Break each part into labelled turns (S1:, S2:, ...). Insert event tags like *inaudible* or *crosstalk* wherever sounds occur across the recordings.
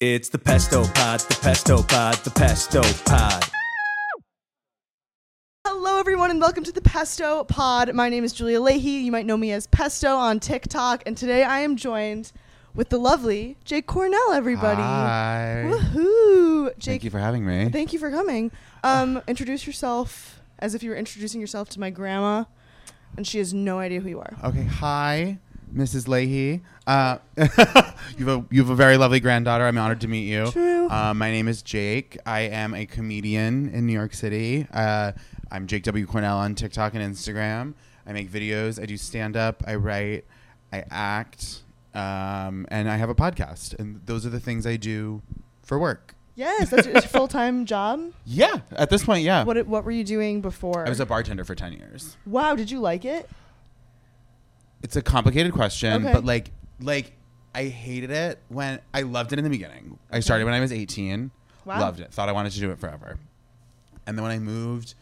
S1: It's the Pesto Pod, the Pesto Pod, the Pesto Pod.
S2: Hello, everyone, and welcome to the Pesto Pod. My name is Julia Leahy. You might know me as Pesto on TikTok, and today I am joined with the lovely Jake Cornell. Everybody,
S3: Hi.
S2: woohoo! Jake,
S3: Thank you for having me.
S2: thank you for coming. Um, introduce yourself as if you were introducing yourself to my grandma, and she has no idea who you are.
S3: okay, hi, Mrs. Leahy. Uh, *laughs* you have a you have a very lovely granddaughter. I'm honored to meet you.
S2: True.
S3: Uh, my name is Jake. I am a comedian in New York City. Uh, I'm Jake W Cornell on TikTok and Instagram. I make videos. I do stand up. I write. I act. Um, and I have a podcast. And those are the things I do for work.
S2: Yes, that's your, it's your full-time *laughs* job.
S3: Yeah. At this point, yeah.
S2: What what were you doing before?
S3: I was a bartender for ten years.
S2: wow, did you like it?
S3: it's a complicated question,
S2: Okay.
S3: but like like I hated it when I loved it in the beginning. I started when I was 18.
S2: Wow.
S3: Loved it. Thought I wanted to do it forever. And then when I moved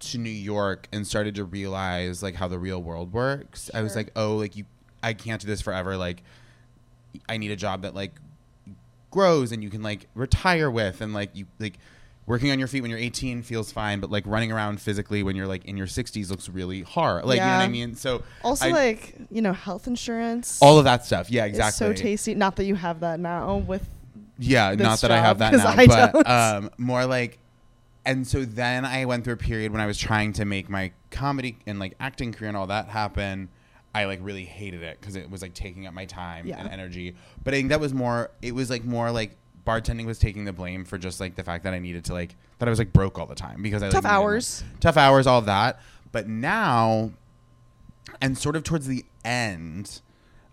S3: to New York and started to realize like how the real world works, I was
S2: Sure.
S3: like, "Oh, like you I can't do this forever. Like I need a job that like grows and you can like retire with and like you like working on your feet when you're 18 feels fine, but like running around physically when you're like in your 60s looks really hard. Like, you know what
S2: Yeah.
S3: I mean? So
S2: Also,
S3: I-
S2: like you know, health insurance.
S3: all of that stuff. Yeah,
S2: is
S3: exactly.
S2: so tasty. Not that you have that now with
S3: Yeah,
S2: this
S3: not that I
S2: job,
S3: have that
S2: 'cause
S3: now,
S2: I
S3: but
S2: don't.
S3: um, more like. And so then I went through a period when I was trying to make my comedy and like acting career and all that happen. I like really hated it because it was like taking up my time
S2: Yeah.
S3: and energy. But I think that was more. It was like more like bartending was taking the blame for just like the fact that I needed to like that I was like broke all the time because I like,
S2: Tough
S3: needed, like,
S2: hours.
S3: tough hours, all that. But now and sort of towards the end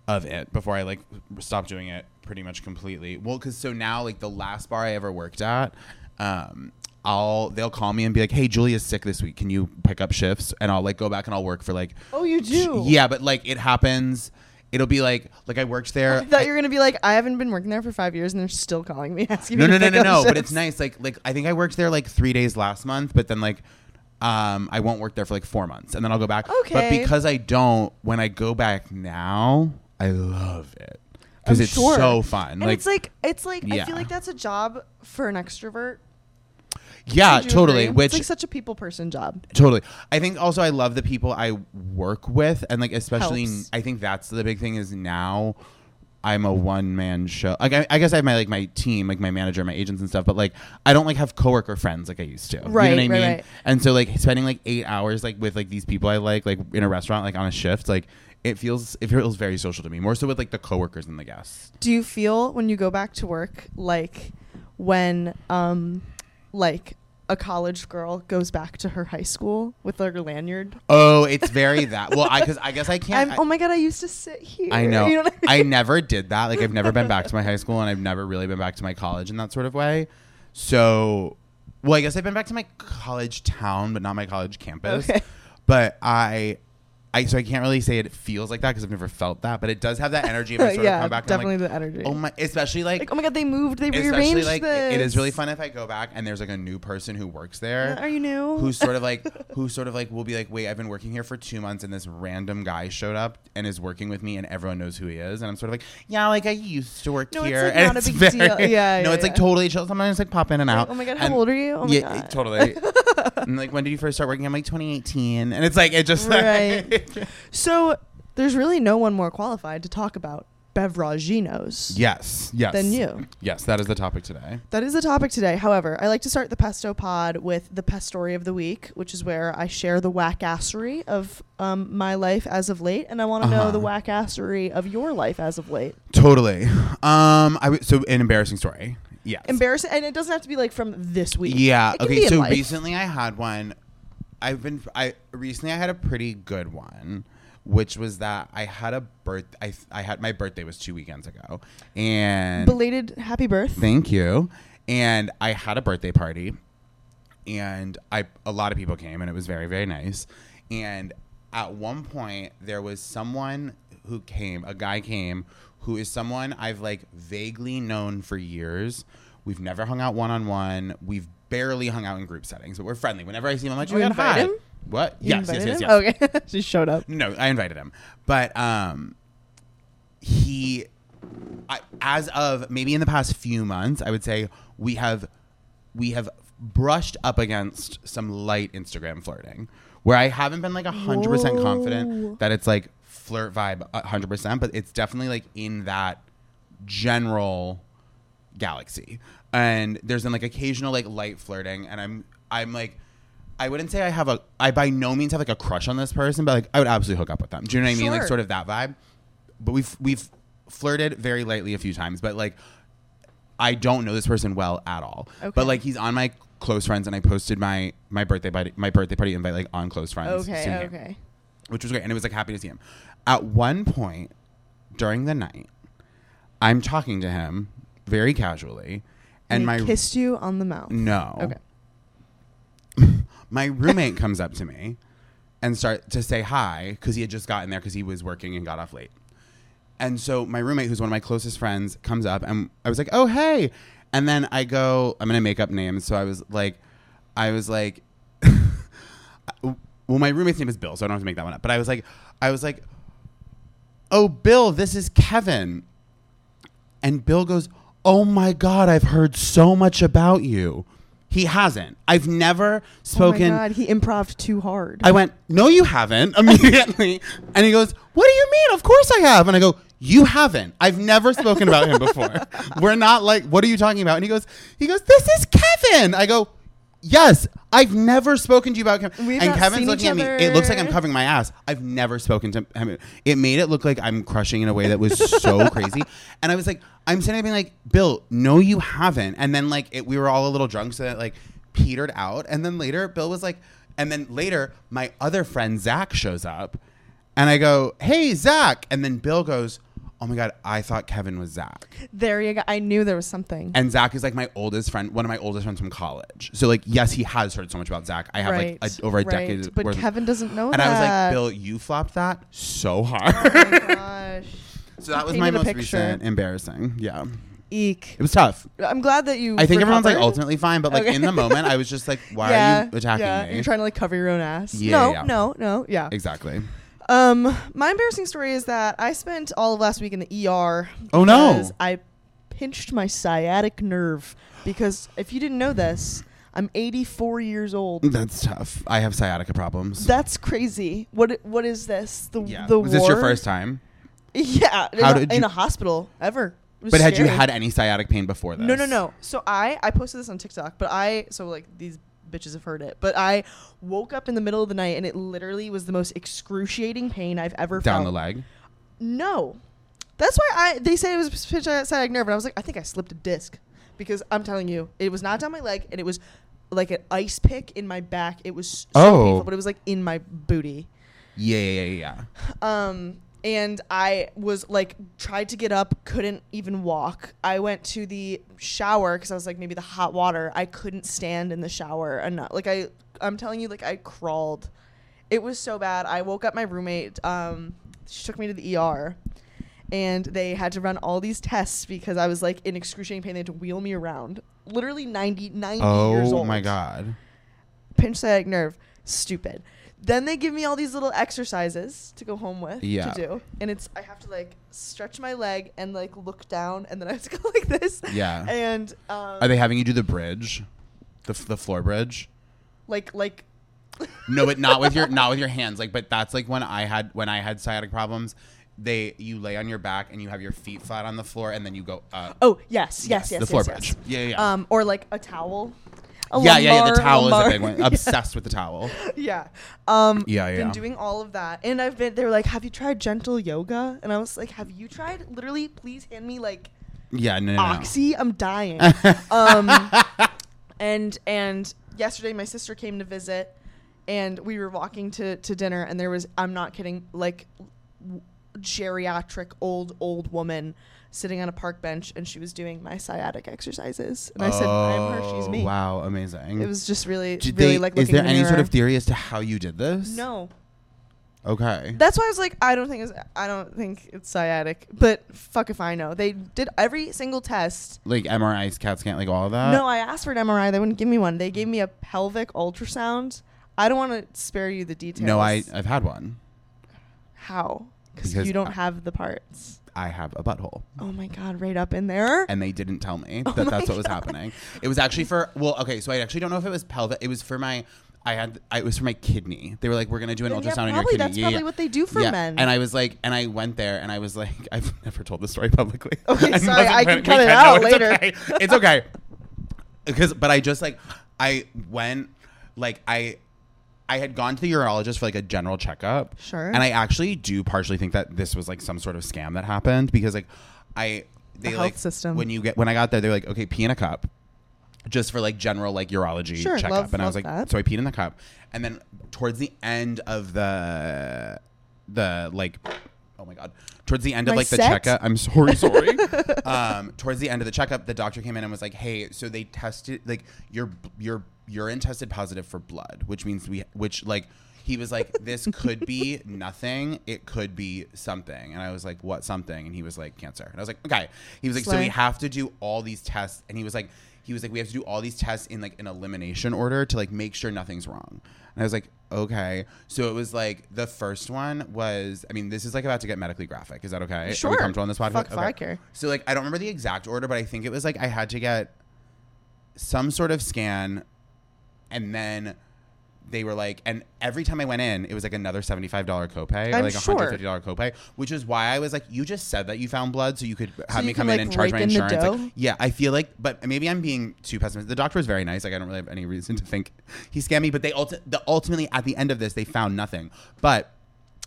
S3: of it before i like stopped doing it pretty much completely well because so now like the last bar i ever worked at um i'll they'll call me and be like hey julia's sick this week can you pick up shifts and i'll like go back and i'll work for like
S2: Oh, you do?
S3: yeah but like it happens it'll be like like i worked there
S2: I thought you were gonna be like, I haven't been working there for five years, and they're still calling me *laughs* asking
S3: no
S2: me.
S3: no
S2: to
S3: no
S2: pick
S3: no
S2: up
S3: no but
S2: shifts.
S3: it's nice like like i think i worked there like three days last month but then like um i won't work there for like four months and then i'll go back but
S2: Okay.
S3: because i don't when i go back now i love it because
S2: I'm
S3: it's
S2: sure.
S3: so fun
S2: And it's like it's like I
S3: Yeah.
S2: feel like that's a job for an extrovert.
S3: yeah
S2: Would you
S3: totally
S2: agree?
S3: which
S2: it's like such a people person job.
S3: totally i think also i love the people i work with and like especially
S2: Helps.
S3: i think that's the big thing is now i'm a one-man show like I, I guess i have my like my team like my manager my agents and stuff but like i don't like have coworker friends like i used to
S2: Right,
S3: you know what i
S2: right,
S3: mean
S2: right.
S3: and so like spending like eight hours like with like these people i like like in a restaurant like on a shift like it feels it feels very social to me more so with like the coworkers than the guests
S2: Do you feel when you go back to work like when um like a college girl goes back to her high school with like her lanyard?
S3: oh it's *laughs* very that well i because i guess i can't
S2: I'm, oh my god, I used to sit here.
S3: I know.
S2: *laughs* You know what I mean?
S3: I, never did that. Like I've never been back to my high school and I've never really been back to my college in that sort of way. So, well, I guess I've been back to my college town, but not my college campus.
S2: Okay.
S3: But I I so I can't really say it feels like that because I've never felt that, but it does have that energy
S2: *laughs*
S3: of I sort
S2: yeah,
S3: of come back and I'm
S2: definitely
S3: like,
S2: the energy.
S3: Oh my especially like,
S2: like oh my god, they moved, they
S3: especially
S2: rearranged
S3: like
S2: this.
S3: it is really fun if I go back and there's like a new person who works there
S2: Uh, Are you new? *laughs*
S3: who's sort of like who sort of like will be like wait i've been working here for two months and this random guy showed up and is working with me and everyone knows who he is and i'm sort of like yeah like i used to work
S2: No, it's,
S3: here
S2: like,
S3: *laughs* and
S2: not a big deal. Yeah,
S3: *laughs* no
S2: yeah,
S3: it's like
S2: yeah.
S3: totally chill sometimes like pop in and out
S2: oh my god, how
S3: And-
S2: old are you? Oh my
S3: yeah
S2: god. *laughs*
S3: totally and like when did you first start working i'm like 2018 and it's like it just *laughs* like-
S2: Right. So there's really no one more qualified to talk about beveraginos
S3: yes yes
S2: than you.
S3: yes that is the topic today
S2: That is the topic today. However, I like to start the pesto pod with the pest story of the week, which is where I share the whackassery of um, my life as of late, and I want to know
S3: Uh-huh.
S2: the whackassery of your life as of late.
S3: totally um i w- so an embarrassing story yes
S2: Embarrassing, and it doesn't have to be like from this week.
S3: Yeah.
S2: It can be
S3: Okay.
S2: in
S3: So
S2: life.
S3: recently I had one. I've been. I recently I had a pretty good one, which was that I had a birth. I I had my birthday was two weekends ago, and
S2: belated happy birth.
S3: thank you. And I had a birthday party, and I a lot of people came, and it was very very nice. And at one point there was someone who came, a guy came, who is someone I've like vaguely known for years. We've never hung out one on one. We've barely hung out in group settings, but we're friendly. Whenever I see him, I'm like,
S2: Did
S3: oh
S2: you
S3: my God,
S2: invite
S3: hi.
S2: him?
S3: What?
S2: You
S3: yes, yes,
S2: invited
S3: yes,
S2: him? Oh,
S3: yes.
S2: *laughs* Okay, she showed up.
S3: No, I invited him. But um he I, as of maybe in the past few months, I would say we have we have brushed up against some light Instagram flirting, where I haven't been like hundred percent
S2: Whoa.
S3: confident that it's like flirt vibe hundred percent, but it's definitely like in that general galaxy. And there's been like occasional like light flirting, and I'm I'm like. I wouldn't say I have a. I by no means have like a crush on this person, but like I would absolutely hook up with them. Do you know what I mean? Like
S2: Sure.
S3: sort of that vibe but we've we've flirted very lightly a few times, but like I don't know this person well at all.
S2: Okay.
S3: But like he's on my close friends, and I posted my my birthday party my birthday party invite like on close friends. to
S2: Okay,
S3: him,
S2: okay.
S3: Which was great, and it was like happy to see him. At one point during the night, I'm talking to him very casually, and,
S2: And
S3: my
S2: kissed you on the mouth.
S3: no
S2: Okay. Oh
S3: my roommate comes up to me and start to say hi because he had just gotten there because he was working and got off late. And so my roommate, who's one of my closest friends, comes up and I was like, "Oh hey," and then I go, "I'm gonna make up names." So I was like, I was like, *laughs* well, my roommate's name is Bill, so I don't have to make that one up. But I was like, I was like, "Oh Bill, this is Kevin," and Bill goes, "Oh my God, I've heard so much about you." He hasn't. I've never
S2: Oh
S3: spoken.
S2: my god, he improv too hard.
S3: I went, No, you haven't *laughs* immediately. and he goes, What do you mean? Of course I have. And I go, You haven't. I've never spoken about him before. *laughs* We're not like, What are you talking about? And he goes, He goes, This is Kevin. I go, Yes, I've never spoken to you about Kevin.
S2: We've
S3: and
S2: not
S3: Kevin's
S2: seen
S3: looking
S2: each
S3: at me. It looks like I'm
S2: other.
S3: covering my ass. I've never spoken to him. It made it look like I'm crushing in a way that was
S2: *laughs*
S3: so crazy. And I was like, I'm sitting there being like, Bill, no, you haven't. And then like it, we were all a little drunk, so that like petered out. And then later, Bill was like, and then later, my other friend Zach shows up, and I go, Hey, Zach. And then Bill goes, Oh my god, I thought Kevin was Zach.
S2: there you go. I knew there was something.
S3: And Zach is like my oldest friend, one of my oldest friends from college. So like, yes, he has heard so much about Zach. I have
S2: right.
S3: like a, over a
S2: right.
S3: decade.
S2: But
S3: worth-
S2: Kevin doesn't know
S3: and I was like,
S2: that.
S3: Bill, you flopped that so hard. *laughs*
S2: Oh my gosh.
S3: so that was
S2: painted
S3: my
S2: a
S3: most
S2: picture.
S3: recent embarrassing. Yeah,
S2: Eek.
S3: it was tough.
S2: I'm glad that you.
S3: I think everyone's like
S2: recovered.
S3: ultimately fine, but like
S2: Okay.
S3: in the moment, I was just like, why are you attacking
S2: yeah.
S3: me?
S2: You're trying to like cover your own ass.
S3: Yeah,
S2: no,
S3: yeah.
S2: no, no. Yeah.
S3: exactly.
S2: Um, my embarrassing story is that I spent all of last week in the ER.
S3: Oh, no.
S2: because I pinched my sciatic nerve because if you didn't know this, I'm 84 years old.
S3: That's tough. I have sciatica problems.
S2: That's crazy. What what is this? The
S3: yeah.
S2: the
S3: was this your
S2: war?
S3: first time?
S2: *laughs* Yeah. in
S3: How
S2: a-
S3: did
S2: in
S3: you-
S2: a hospital ever? It was
S3: But had you
S2: scary.
S3: had any sciatic pain before this?
S2: No, no, no. So I I posted this on TikTok, but I so like these bitches have heard it, but I woke up in the middle of the night and it literally was the most excruciating pain I've ever
S3: Down
S2: felt.
S3: the leg.
S2: No, that's why I they said it was sciatic nerve, and I was like, I think I slipped a disc because I'm telling you, it was not down my leg, and it was like an ice pick in my back. It was so
S3: Oh.
S2: painful, but it was like in my booty.
S3: Yeah, yeah, yeah, yeah.
S2: Um, and I was like, tried to get up, couldn't even walk. I went to the shower because I was like, maybe the hot water. I couldn't stand in the shower enough. Like I, I'm telling you, like I crawled. It was so bad. I woke up my roommate. Um, she took me to the ER, and they had to run all these tests because I was like in excruciating pain. They had to wheel me around. Literally 90, 90 years
S3: Oh
S2: old
S3: my god.
S2: pinch sciatic nerve. Stupid. Then they give me all these little exercises to go home with
S3: Yeah.
S2: to do, and it's I have to like stretch my leg and like look down, and then I have to go *laughs* like this.
S3: Yeah.
S2: And um,
S3: Are they having you do the bridge, the f- the floor bridge?
S2: like like
S3: No, but not with your not with your hands. Like, but that's like when I had when I had sciatic problems. They you lay on your back and you have your feet flat on the floor and then you go up.
S2: oh yes yes yes,
S3: the floor
S2: yes,
S3: bridge.
S2: yes.
S3: Yeah, yeah, yeah.
S2: Um, or like a towel. A
S3: yeah, yeah, yeah. The
S2: lumbar-
S3: towel is
S2: lumbar-
S3: a
S2: *laughs*
S3: big one. Obsessed with the towel.
S2: yeah. Um,
S3: Yeah, yeah.
S2: Been doing all of that, and I've been. They were like, "Have you tried gentle yoga?" And I was like, "Have you tried?" Literally, please hand me like
S3: Yeah, no, no, no.
S2: oxy i'm
S3: *laughs*
S2: dying um and and yesterday my sister came to visit and we were walking to to dinner and there was i'm not kidding like w- geriatric old old woman sitting on a park bench and she was doing my sciatic exercises and i said i'm her she's
S3: Oh,
S2: me
S3: Wow, amazing.
S2: it was just really
S3: Did
S2: really
S3: they-
S2: like
S3: is
S2: looking
S3: there
S2: in the
S3: any sort
S2: mirror.
S3: of theory as to how you did this?
S2: no
S3: Okay.
S2: That's why I was like, I don't think it's, I don't think it's sciatic, but fuck if I know. They did every single test,
S3: like MRIs, CAT scan, like all of that.
S2: No, I asked for an MRI. They wouldn't give me one. They gave me a pelvic ultrasound. I don't want to spare you the details.
S3: no, I I've had one.
S2: How? because
S3: uh, Because
S2: you don't
S3: I-
S2: have the parts.
S3: I have a butthole.
S2: Oh my god, right up in there.
S3: *laughs* and they didn't tell me
S2: Oh
S3: that that's what was happening. It was actually for well, okay, so I actually don't know if it was pelvic. It was for my. I had I, it was for my kidney. They were like, "We're gonna do an
S2: Then yeah,
S3: ultrasound on your
S2: probably.
S3: kidney."
S2: That's probably what they do for men.
S3: And I was like, and I went there, and I was like, *laughs* I've never told the story publicly. *laughs*
S2: Okay,
S3: I
S2: sorry,
S3: wasn't
S2: I
S3: planning-
S2: can cut
S3: we
S2: it
S3: can- no,
S2: out later.
S3: It's okay. It's okay. Because, but I just like, I went, like I, I had gone to the urologist for like a general checkup.
S2: Sure.
S3: And I actually do partially think that this was like some sort of scam that happened because like I they
S2: health
S3: like
S2: system.
S3: when you get when I got there they're like okay pee in a cup just for like general like urology
S2: Sure,
S3: checkup
S2: love-
S3: and I was
S2: love
S3: like
S2: that.
S3: so I peed in the cup and then towards the end of the the like oh my god towards the end of
S2: My
S3: like the
S2: set?
S3: checkup I'm sorry sorry um towards the end of the checkup the doctor came in and was like hey so they tested like your your urine tested positive for blood which means we which like he was like this could be nothing it could be something and I was like what something and he was like cancer and I was like okay he was like so
S2: Slay.
S3: we have to do all these tests and he was like he was like we have to do all these tests in like an elimination order to like make sure nothing's wrong and i was like okay so it was like the first one was i mean this is like about to get medically graphic is that okay Are
S2: Sure.
S3: we comfortable on this podcast
S2: Fuck if
S3: Okay.
S2: I care.
S3: so like i don't remember the exact order but i think it was like i had to get some sort of scan and then they were like and every time i went in it was like another $75 copay or
S2: I'm
S3: like a
S2: sure.
S3: $150 copay which is why i was like you just said that you found blood so you could have
S2: you
S3: me
S2: can,
S3: come
S2: like,
S3: in and charge my
S2: rake in the
S3: insurance Like,
S2: dough?
S3: yeah i feel like but maybe i'm being too pessimistic the doctor was very nice like i don't really have any reason to think he scammed me but they ulti- the, ultimately at the end of this they found nothing but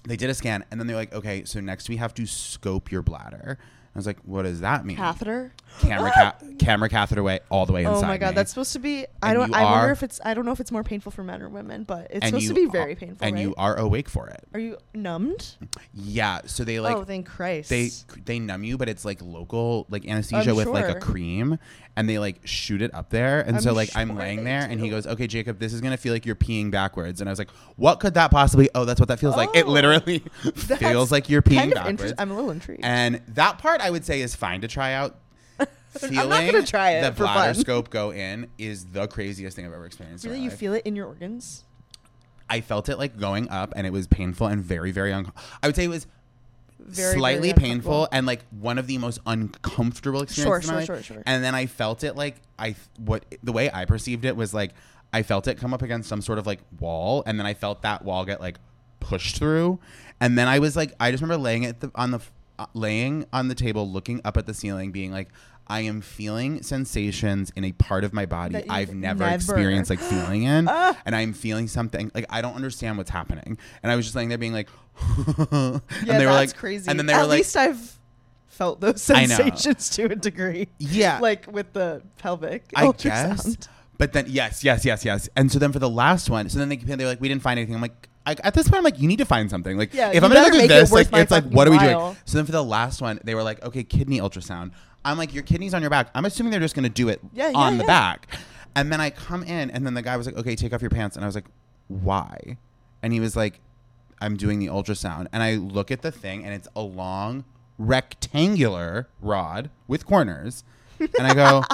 S3: they did a scan and then they're like okay so next we have to scope your bladder i was like what does that mean
S2: Catheter.
S3: camera ca- camera catheter way all the way inside
S2: Oh my god,
S3: me.
S2: that's supposed to be. I
S3: And
S2: don't.
S3: you
S2: I wonder
S3: are-
S2: if it's. I don't know if it's more painful for men or women, but it's
S3: And
S2: supposed to
S3: you
S2: be
S3: are-
S2: very painful.
S3: and
S2: right?
S3: you are awake for it
S2: Are you numbed?
S3: yeah so they like
S2: oh, thank Christ.
S3: they they numb you but it's like local like anesthesia
S2: I'm
S3: with like
S2: sure.
S3: a cream and they like shoot it up there and
S2: I'm
S3: so like i'm
S2: sure
S3: laying
S2: they
S3: there and he
S2: do.
S3: goes okay jacob this is gonna feel like you're peeing backwards and i was like what could that possibly oh that's what that feels like it
S2: Oh.
S3: literally
S2: *laughs* *laughs* That's
S3: feels like you're peeing
S2: kind of
S3: backwards
S2: interest- I'm a little intrigued.
S3: and that part i would say is fine to
S2: *laughs*
S3: try out feeling
S2: gonna try it
S3: the
S2: for
S3: bladder
S2: fun.
S3: scope go in is the craziest thing i've ever experienced in
S2: really,
S3: my
S2: you
S3: life.
S2: feel it in your organs?
S3: I felt it like going up, and it was painful and very, very uncomfortable. I would say it was
S2: Very,
S3: slightly
S2: very
S3: painful
S2: uncomfortable.
S3: and like one of the most uncomfortable experiences.
S2: Sure,
S3: in my
S2: sure,
S3: life.
S2: sure, sure.
S3: And then I felt it like I what the way I perceived it was like I felt it come up against some sort of like wall, and then I felt that wall get like pushed through, and then I was like I just remember laying at the on the uh, laying on the table, looking up at the ceiling, being like. I am feeling sensations in a part of my body
S2: That you've
S3: I've never,
S2: never- Ah."
S3: experienced, like feeling in, and I'm feeling something. Like I don't understand what's happening, and I was just laying there being like, *laughs* and
S2: Yeah,
S3: they were
S2: that's
S3: like,
S2: crazy.
S3: and then they
S2: At
S3: were like,
S2: least I've felt those
S3: I know.
S2: sensations to a degree.
S3: Yeah.
S2: like with the pelvic.
S3: I guess.
S2: ultrasound.
S3: But then yes, yes, yes, yes. And so then for the last one, so then they they're like, we didn't find anything. I'm like, I, at this point, I'm like, you need to find something. Like,
S2: Yeah,
S3: if
S2: you
S3: I'm gonna
S2: better
S3: do
S2: make it
S3: this,
S2: worth
S3: like,
S2: my
S3: it's like,
S2: fucking
S3: what are we
S2: while.
S3: doing? So then for the last one, they were like, okay, kidney ultrasound. I'm like, your kidney's on your back. I'm assuming they're just gonna do it
S2: Yeah,
S3: on
S2: yeah,
S3: the
S2: yeah.
S3: back. And then I come in, and then the guy was like, okay, take off your pants. And I was like, why? And he was like, I'm doing the ultrasound. And I look at the thing, and it's a long rectangular rod with corners. And I
S2: *laughs*
S3: go,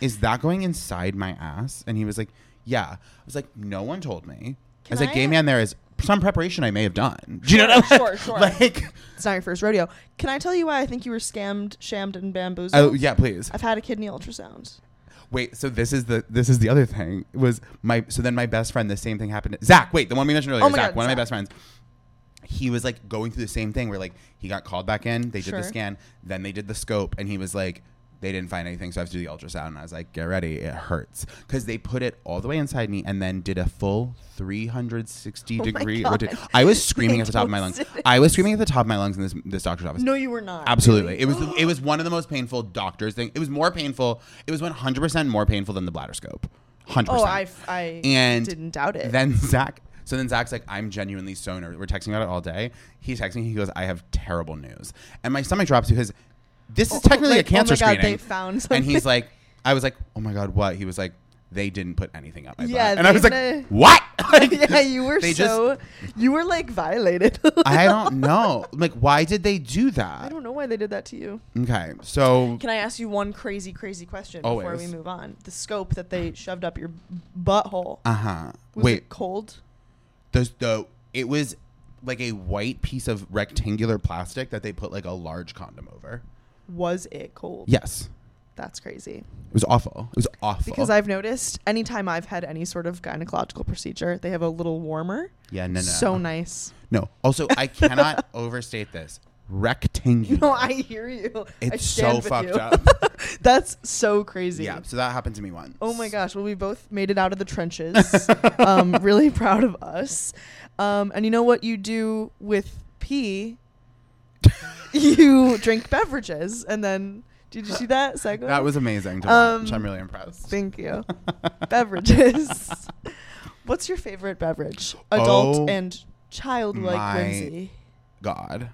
S3: is that going inside my ass? And he was like, yeah. I was like, no one told me. I was
S2: Can
S3: like, gay
S2: I-
S3: man, there is some preparation I may have done. Do you
S2: Sure,
S3: know what I mean?
S2: sure, sure.
S3: *laughs* Like,
S2: It's not your first rodeo. Can I tell you why I think you were scammed, shammed, and bamboozled?
S3: oh yeah, please.
S2: I've had a kidney ultrasound.
S3: Wait, so this is the this is the other thing was my so then my best friend the same thing happened to Zach. Wait, the one we mentioned earlier,
S2: Oh my
S3: Zach,
S2: God,
S3: one of my
S2: Zach.
S3: best friends. He was like going through the same thing where like he got called back in, they did
S2: Sure.
S3: the scan, then they did the scope, and he was like, they didn't find anything, so I have to do the ultrasound. And I was like, get ready, it hurts because they put it all the way inside me and then did a full 360
S2: Oh my
S3: degree.
S2: God.
S3: rotation. I was screaming
S2: They
S3: at the top of my
S2: don't *laughs*
S3: lungs.
S2: say this.
S3: I was screaming at the top of my lungs in this this doctor's office.
S2: No, you were not.
S3: Absolutely.
S2: Really?
S3: It was it
S2: *gasps*
S3: was one of the most painful doctors thing. It was more painful. It was 100% more painful than the bladder scope. 100%.
S2: Oh, I, I
S3: and
S2: didn't doubt it.
S3: Then Zach so then Zach's like, I'm genuinely so nervous. We're texting about it all day. He texts me. He goes, I have terrible news, and my stomach drops because this is
S2: Oh,
S3: technically
S2: like,
S3: a
S2: oh
S3: cancer
S2: my God,
S3: screening.
S2: they found
S3: and he's
S2: something.
S3: like, I was like, oh my god, what? He was like, they didn't put anything up my
S2: Yeah,
S3: butt, and I
S2: they
S3: was like,
S2: kn- *laughs*
S3: what? *laughs* Like,
S2: *laughs* yeah, you were
S3: *laughs* they just-
S2: so. you were like violated.
S3: I don't know. Like, why did they do
S2: *laughs*
S3: that?
S2: I don't know why they did that to you.
S3: Okay, so
S2: Can I ask you one crazy, crazy question before we
S3: Always.
S2: move on? The scope that they shoved up your butthole
S3: uh huh.
S2: was
S3: Wait,
S2: it cold?
S3: the, the it was like a white piece of rectangular plastic that they put like a large condom over.
S2: Was it cold?
S3: Yes.
S2: That's crazy.
S3: It was awful. It was awful.
S2: Because I've noticed anytime I've had any sort of gynecological procedure, they have a little warmer.
S3: Yeah, no, no.
S2: So
S3: *laughs*
S2: nice.
S3: No. Also, I cannot
S2: *laughs*
S3: overstate this. Rectangular.
S2: No, I hear you. I
S3: it's
S2: stand
S3: so
S2: with
S3: fucked
S2: you.
S3: up.
S2: *laughs* That's so crazy.
S3: yeah. So that happened to me once.
S2: Oh my gosh. Well, we both made it out of the
S3: *laughs*
S2: trenches. um, really proud of us. Um, and you know what you do with
S3: *laughs*
S2: pee? you drink beverages. And then, did you see that segue?
S3: That was amazing to
S2: Um,
S3: watch. I'm really impressed.
S2: Thank you.
S3: *laughs*
S2: Beverages. What's your favorite beverage? Adult
S3: Oh
S2: and childlike
S3: my-
S2: whimsy.
S3: God.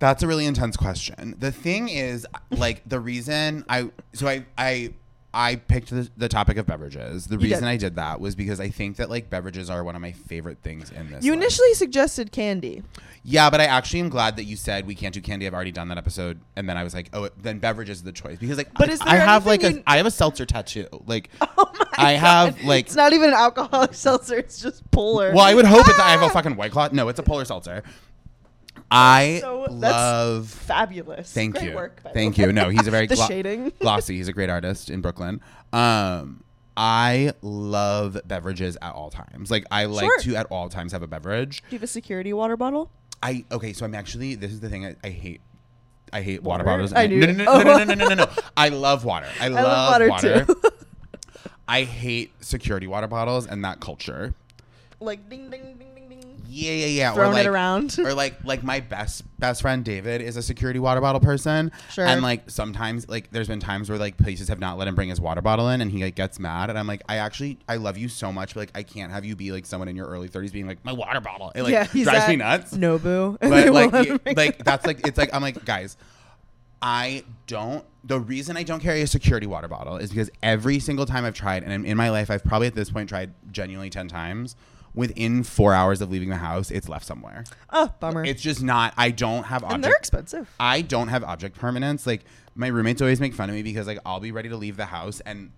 S3: That's a really intense question. The thing is, like, the reason I so I I I picked the, the topic of beverages. The
S2: did.
S3: reason I did that was because I think that like beverages are one of my favorite things in this.
S2: You
S3: life.
S2: initially suggested candy.
S3: yeah, but I actually am glad that you said we can't do candy. I've already done that episode, and then I was like, oh, then beverage is the choice because like,
S2: But
S3: I-
S2: is there
S3: I have like
S2: anything
S3: a
S2: you- Oh
S3: I have a seltzer tattoo.
S2: *laughs*
S3: Like, I have like
S2: It's not even an alcoholic *laughs* seltzer, it's just polar.
S3: Well, I would hope it's I have a fucking white claw. No, it's a polar seltzer. I
S2: So that's- *laughs*
S3: love.
S2: Fabulous.
S3: Thank
S2: Great
S3: you.
S2: Work, by the
S3: Thank
S2: way.
S3: you. No, he's a
S2: *laughs*
S3: very
S2: The
S3: glo-
S2: shading.
S3: glossy. He's a great artist in Brooklyn. Um, I love beverages at all times. Like I like
S2: Sure.
S3: to at all times have a beverage.
S2: Do you have a security water bottle?
S3: I okay, so I'm actually this is the thing I, I hate. I hate water
S2: Water?
S3: bottles.
S2: I
S3: no,
S2: knew
S3: no,
S2: it.
S3: no,
S2: Oh.
S3: no, no, no, no, no,
S2: *laughs*
S3: no, no. I love water. I, love,
S2: water,
S3: water.
S2: too. *laughs*
S3: I hate security water bottles and that culture.
S2: Like ding ding ding ding ding.
S3: Yeah, yeah, yeah. Or,
S2: Throwing it
S3: like-
S2: around.
S3: or like, like my best best friend David is a security water bottle person.
S2: Sure.
S3: And like sometimes, like there's been times where like places have not let him bring his water bottle in, and he like gets mad. And I'm like, I actually I love you so much, but like I can't have you be like someone in your early 30s being like my water bottle. It like
S2: yeah, he's
S3: drives
S2: at
S3: me nuts.
S2: Nobu. *laughs* and they
S3: But
S2: won't
S3: like,
S2: let
S3: you-
S2: him bring *laughs*
S3: like
S2: it.
S3: that's like it's like I'm like guys, I don't. The reason I don't carry a security water bottle is because every single time I've tried, and in my life I've probably at this point tried genuinely ten times. Within four hours of leaving the house, it's left somewhere.
S2: oh bummer.
S3: It's just not. I don't have
S2: and they're
S3: object.
S2: expensive.
S3: I don't have object permanence. Like my roommates always make fun of me because like I'll be ready to leave the house and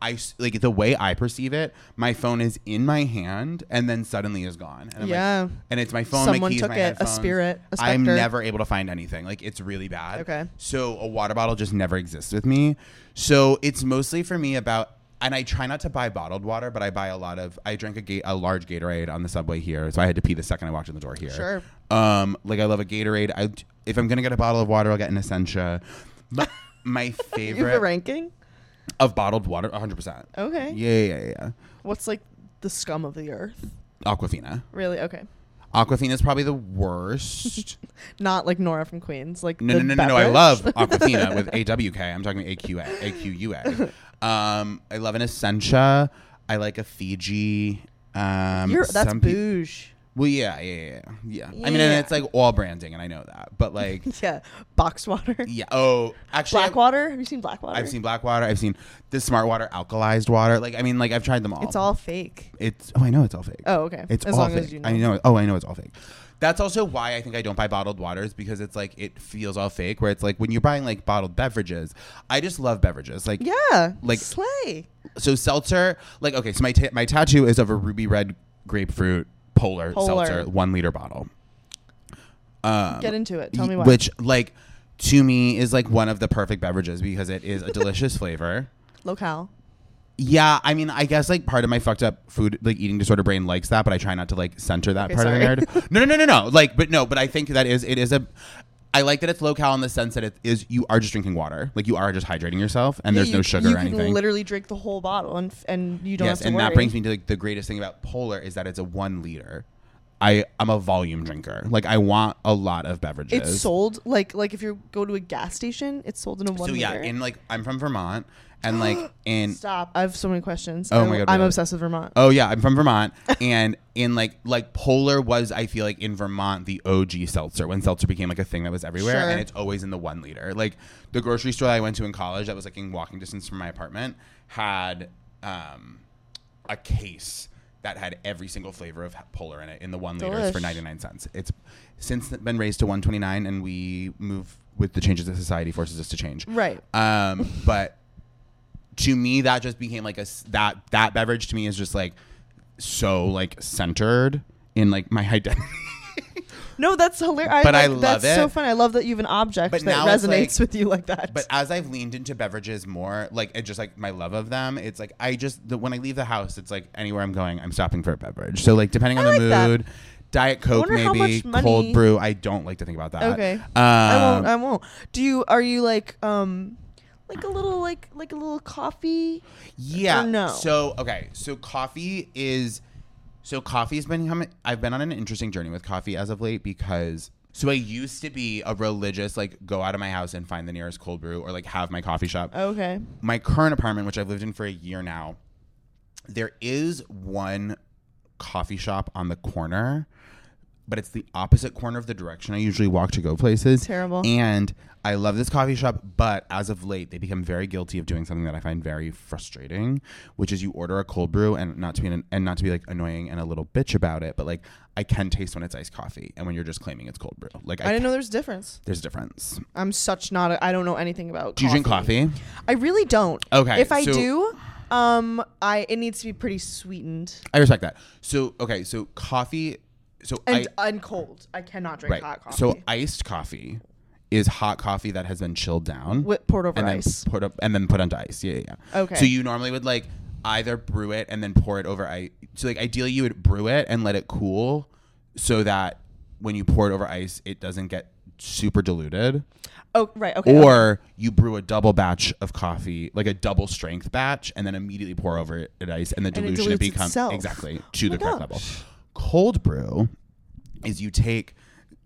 S3: I s- like the way I perceive it. My phone is in my hand and then suddenly is gone. And I'm
S2: Yeah.
S3: Like, and it's my phone. my
S2: Someone
S3: keys,
S2: took
S3: my
S2: it, a
S3: headphones.
S2: spirit, a
S3: I'm
S2: specter.
S3: never able to find anything. Like it's really bad.
S2: Okay.
S3: So a water bottle just never exists with me. So it's mostly for me about. And I try not to buy bottled water, but I buy a lot of. I drank a, ga- a large Gatorade on the subway here, so I had to pee the second I walked in the door here.
S2: Sure.
S3: Um, like I love a Gatorade. I if I'm gonna get a bottle of water, I'll get an Essentia. My,
S2: *laughs*
S3: my
S2: You have a
S3: favorite
S2: ranking?
S3: of bottled water, 100. percent
S2: Okay.
S3: Yeah, yeah, yeah, yeah.
S2: What's like the scum of the earth?
S3: Aquafina.
S2: Really? Okay.
S3: Aquafina is probably
S2: *laughs*
S3: the worst.
S2: Not like Nora from Queens. Like
S3: No,
S2: the
S3: no, no, no, no. I
S2: beverage. *laughs*
S3: love Aquafina with AWK. I'm talking AQA, AQUA. Um, I love an Essentia. I like a Fiji. Um,
S2: You're, that's
S3: some pe-
S2: bouge.
S3: well, yeah, yeah, yeah, yeah, yeah. I mean, and
S2: Yeah.
S3: it's like all branding, and I know that. But
S2: *laughs*
S3: like,
S2: *laughs* yeah. Box water.
S3: yeah. Oh, actually, I-
S2: Blackwater. Have you seen Blackwater?
S3: I've seen black water. I've seen the smart water, alkalized water. Like I mean, like I've tried them all.
S2: It's all fake.
S3: It's oh, I know it's all fake.
S2: Oh, okay.
S3: It's
S2: As
S3: all
S2: long
S3: fake.
S2: as you know.
S3: I know. Oh, I know it's all fake. That's also why I think I don't buy bottled waters because it's like it feels all fake. Where it's like when you're buying like bottled beverages, I just love beverages. Like
S2: Yeah.
S3: Like-
S2: slay.
S3: so seltzer. Like okay, so my ta- my tattoo is of a ruby red grapefruit polar,
S2: Polar.
S3: seltzer one liter bottle. Um,
S2: Get into it. Tell
S3: y-
S2: me why.
S3: Which like to me is like one of the perfect beverages because it is a delicious flavor.
S2: locale.
S3: Yeah, I mean, I guess like part of my fucked up food, like eating disorder brain likes that, but I try not to like center that
S2: Okay,
S3: part of the
S2: sorry. *laughs*
S3: narrative. No, no, no, no, no. Like, but no, but I think that is it is a. I like that it's low cal in the sense that it is you are just drinking water, like you are just hydrating yourself, and there's
S2: Yeah, you-
S3: no sugar
S2: you
S3: or anything.
S2: can literally drink the whole bottle and f- and you don't
S3: yes,
S2: have to
S3: and
S2: worry.
S3: that brings me to like the greatest thing about Polar is that it's a one liter. I I'm a volume drinker. Like I want a lot of beverages.
S2: It's sold like like if you go to a gas station, it's sold in a one.
S3: so yeah,
S2: liter.
S3: in like I'm from Vermont,
S2: *gasps*
S3: and like in
S2: stop. I have so many questions.
S3: Oh
S2: I'm-
S3: my God,
S2: I'm
S3: really?
S2: obsessed with Vermont.
S3: Oh yeah, I'm from
S2: *laughs*
S3: Vermont, and in like like Polar was I feel like in Vermont the OG seltzer when seltzer became like a thing that was everywhere,
S2: Sure.
S3: and it's always in the one liter. Like the grocery store I went to in college that was like in walking distance from my apartment had um, a case that had every single flavor of Polar in it in the one liters for
S2: Delish.
S3: 99 cents. It's since been raised to 129, and we move with the changes that society forces us to change.
S2: Right.
S3: Um, but to me, that just became like a s- that that beverage to me is just like so like centered in like my *laughs* identity.
S2: No, that's hilarious.
S3: But I
S2: like-
S3: love
S2: that's so
S3: it.
S2: funny. I love that you have an object
S3: But
S2: that
S3: now it's
S2: resonates
S3: like-
S2: with you like that.
S3: But as I've leaned into beverages more, like it just like my love of them, it's like I just the, when I leave the house, it's like anywhere I'm going, I'm stopping for a beverage. So like depending on
S2: I
S3: the
S2: like that.
S3: mood, diet coke
S2: wonder how
S3: maybe,
S2: much money-
S3: cold brew. I don't like to think about that.
S2: Okay.
S3: Um,
S2: I won't. I won't. Do you? Are you like um, like a little like like a little coffee?
S3: Yeah.
S2: Or no?
S3: So okay. So coffee is so coffee's been coming. I've been on an interesting journey with coffee as of late because so I used to be a religious like go out of my house and find the nearest cold brew or like have my coffee shop.
S2: Okay.
S3: My current apartment, which I've lived in for a year now, there is one coffee shop on the corner, but it's the opposite corner of the direction I usually walk to go places.
S2: Terrible.
S3: And I love this coffee shop, but as of late, they become very guilty of doing something that I find very frustrating, which is you order a cold brew and not to be an, and not to be like annoying and a little bitch about it, but like I can taste when it's iced coffee and when you're just claiming it's cold brew. Like I,
S2: I didn't
S3: can-
S2: know there's a difference.
S3: there's a difference.
S2: I'm such not. A, I don't know anything about.
S3: Do you drink coffee?
S2: I really don't.
S3: Okay,
S2: If I
S3: so-
S2: do, um, I it needs to be pretty sweetened
S3: I respect that. So okay, so coffee. So I,
S2: and and cold. I cannot drink hot coffee.
S3: So iced coffee is hot coffee that has been chilled down
S2: with poured over
S3: and then
S2: ice.
S3: poured up and then put onto ice. Yeah, yeah. yeah.
S2: Okay.
S3: So you normally would like either brew it and then pour it over ice. So like ideally you would brew it and let it cool so that when you pour it over ice it doesn't get super diluted
S2: oh right. Okay. okay.
S3: or you brew a double batch of coffee like a double strength batch and then immediately pour over it at ice and the
S2: it
S3: dilution it,
S2: dilutes
S3: becomes
S2: itself. Oh
S3: exactly to
S2: my
S3: the correct level
S2: gosh.
S3: cold brew is you take